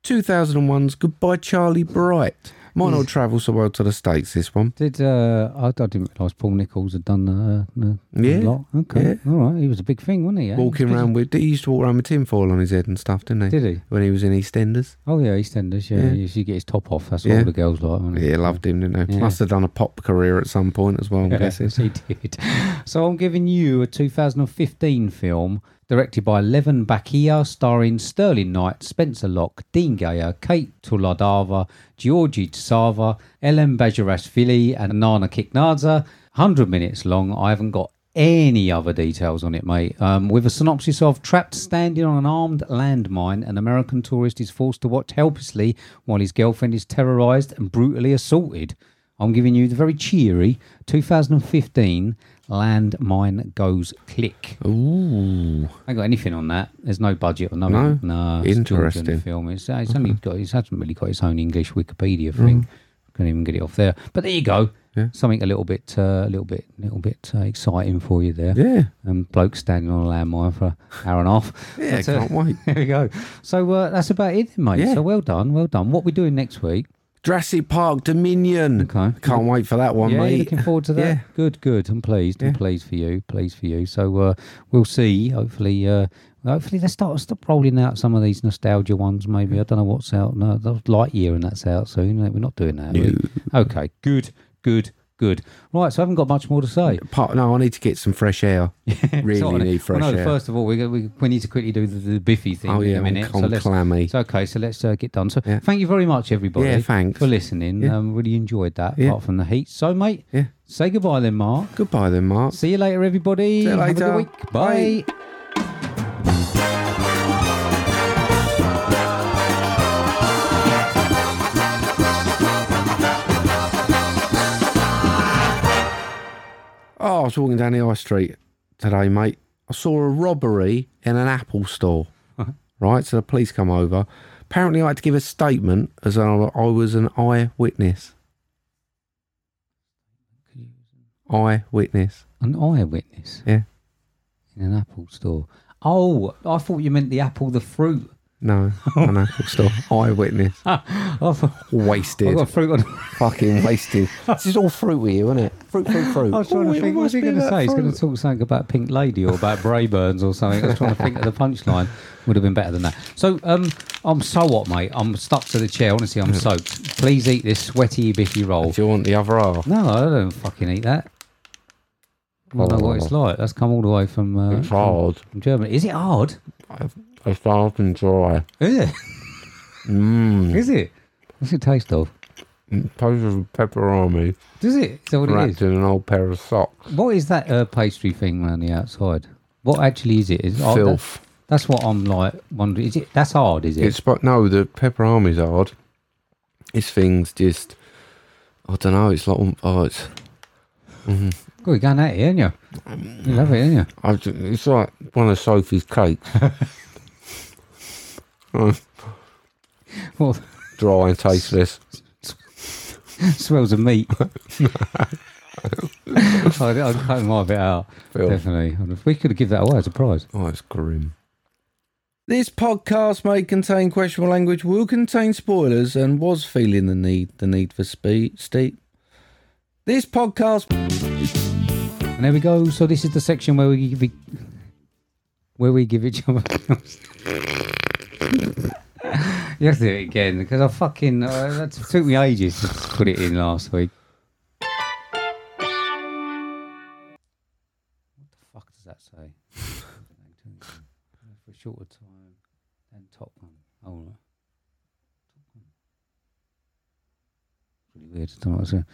S1: 2001's Goodbye Charlie Bright. Might
S2: Mm.
S1: not travel so well to the States, this one.
S2: Did uh, I, I didn't realise Paul Nichols had done uh, the
S1: Yeah,
S2: lot. Okay, all right. He was a big thing, wasn't he? eh?
S1: Walking
S2: He was
S1: around with, he used to walk around with tinfoil on his head and stuff, didn't he?
S2: Did he?
S1: When he was in EastEnders.
S2: busy. Oh yeah, EastEnders. Yeah,
S1: Yeah.
S2: he used to get his top off. That's
S1: Yeah.
S2: all the girls like. wasn't it?
S1: Yeah, loved him, didn't he?
S2: Mm. Yeah.
S1: Must have done a pop career at some point as well, I'm guessing.
S2: Yes, he did. So I'm giving you a 2015 film directed by Levin Bakia, starring Sterling Knight, Spencer Locke, Dean Gayer, Kate Tuladava, Georgi Tsava, Ellen Bajarashvili, and Nana Kiknadze. 100 minutes long. I haven't got any other details on it, mate. Um, with a synopsis of trapped standing on an armed landmine, an American tourist is forced to watch helplessly while his girlfriend is terrorized and brutally assaulted. I'm giving you the very cheery 2015 Landmine Goes Click.
S1: Ooh.
S2: I ain't got anything on that. There's no budget or
S1: No?
S2: nothing. No, it's a
S1: Interesting.
S2: children's film. It's, uh, it's only got. It hasn't really got its own English Wikipedia thing.
S1: Mm.
S2: Can't even get it off there. But there you go. Something a little bit, uh, a little bit, little bit uh, exciting for you there.
S1: Yeah.
S2: And bloke standing on a landmine for an hour and a half.
S1: Yeah,
S2: That's, uh,
S1: can't wait.
S2: There we go. So uh, that's about it, then, mate.
S1: Yeah.
S2: So well done, well done. What we doing next week?
S1: Jurassic Park Dominion.
S2: Okay.
S1: Can't wait for that one,
S2: yeah,
S1: mate.
S2: you looking forward to that.
S1: Yeah.
S2: Good, good. I'm pleased. I'm pleased for you. Pleased for you. So uh, we'll see. Hopefully, uh, hopefully they start stop rolling out some of these nostalgia ones. Maybe I don't know what's out. No, the Lightyear and that's out soon. We're not doing that. are we? Okay. Good. Good. Good. Right. So I haven't got much more to say.
S1: Part, no, I need to get some fresh air. really
S2: Sorry.
S1: need fresh
S2: well, no,
S1: air.
S2: First of all, we, we, we need to quickly do the, the Biffy thing
S1: Oh,
S2: in
S1: yeah,
S2: a
S1: I'm-
S2: minute.
S1: I'm
S2: let's-
S1: clammy.
S2: So, okay, so let's uh, get done. So
S1: Yeah.
S2: thank you very much, everybody.
S1: Yeah, thanks.
S2: for listening.
S1: Yeah.
S2: Um, really enjoyed that.
S1: Yeah.
S2: Apart from the heat. So, mate.
S1: Yeah.
S2: Say goodbye then, Mark.
S1: Goodbye then, Mark.
S2: See you later, everybody.
S1: See you
S2: Have a good
S1: later.
S2: week.
S1: Bye.
S2: Bye.
S1: Oh, I was walking down the high street today, mate. I saw a robbery in an Apple store. Right, so the police come over. Apparently, I had to give a statement as though I was an eyewitness. Eyewitness.
S2: An eyewitness
S1: Yeah.
S2: in an Apple store. Oh, I thought you meant the apple, the fruit.
S1: No, an Apple store. Eyewitness.
S2: I thought I
S1: Wasted.
S2: got fruit on.
S1: Fucking wasted. this is all fruit with you, isn't it? Fruit, fruit, fruit.
S2: I was trying
S1: Oh,
S2: to
S1: it
S2: think.
S1: must
S2: What's he
S1: be
S2: going to
S1: that
S2: say? He's going
S1: fruit.
S2: to talk something about Pink Lady or about Brayburns or something. I was trying to think of the punchline. Would have been better than that. So, um, I'm so what, mate? I'm stuck to the chair. Honestly, I'm soaked. Please eat this sweaty biffy roll.
S1: Do you want the other half?
S2: No, I don't fucking eat that. I know what it's like. That's come all the way from, uh,
S1: Oh. It's hard.
S2: from Germany. Is it hard?
S1: It's hard and dry.
S2: Is it? Is it? Mm. What's it taste of?
S1: Poses with pepperoni
S2: Does it? Is that what it
S1: wrapped
S2: is?
S1: in an old pair of socks.
S2: What is that uh, pastry thing around the outside? What actually is it? Is oh, that-
S1: Filth.
S2: that's what I'm like wondering. Is it? That's hard, is it?
S1: It's but no, the pepperoni's hard. This thing's just I don't know. It's like um, oh, it's
S2: Good, you're going at it, ain't you? You love it, ain't you?
S1: I, ju- it's like one of Sophie's cakes, Oh,
S2: Well,
S1: dry and tasteless.
S2: swells of meat. I, I'm cutting my bit out.
S1: Phil.
S2: Definitely. We could have give that away as a prize.
S1: Oh, it's grim. This podcast may contain questionable language, will contain spoilers, and was feeling the need the need for speed. Steep. This podcast
S2: And there we go. So this is the section where we give it, where we give each other. you have to do it again because I fucking uh, that took me ages to put it in last week. What the fuck does that say? For a shorter time and top one. Oh, no. Top one. Pretty weird. Don't know what to say.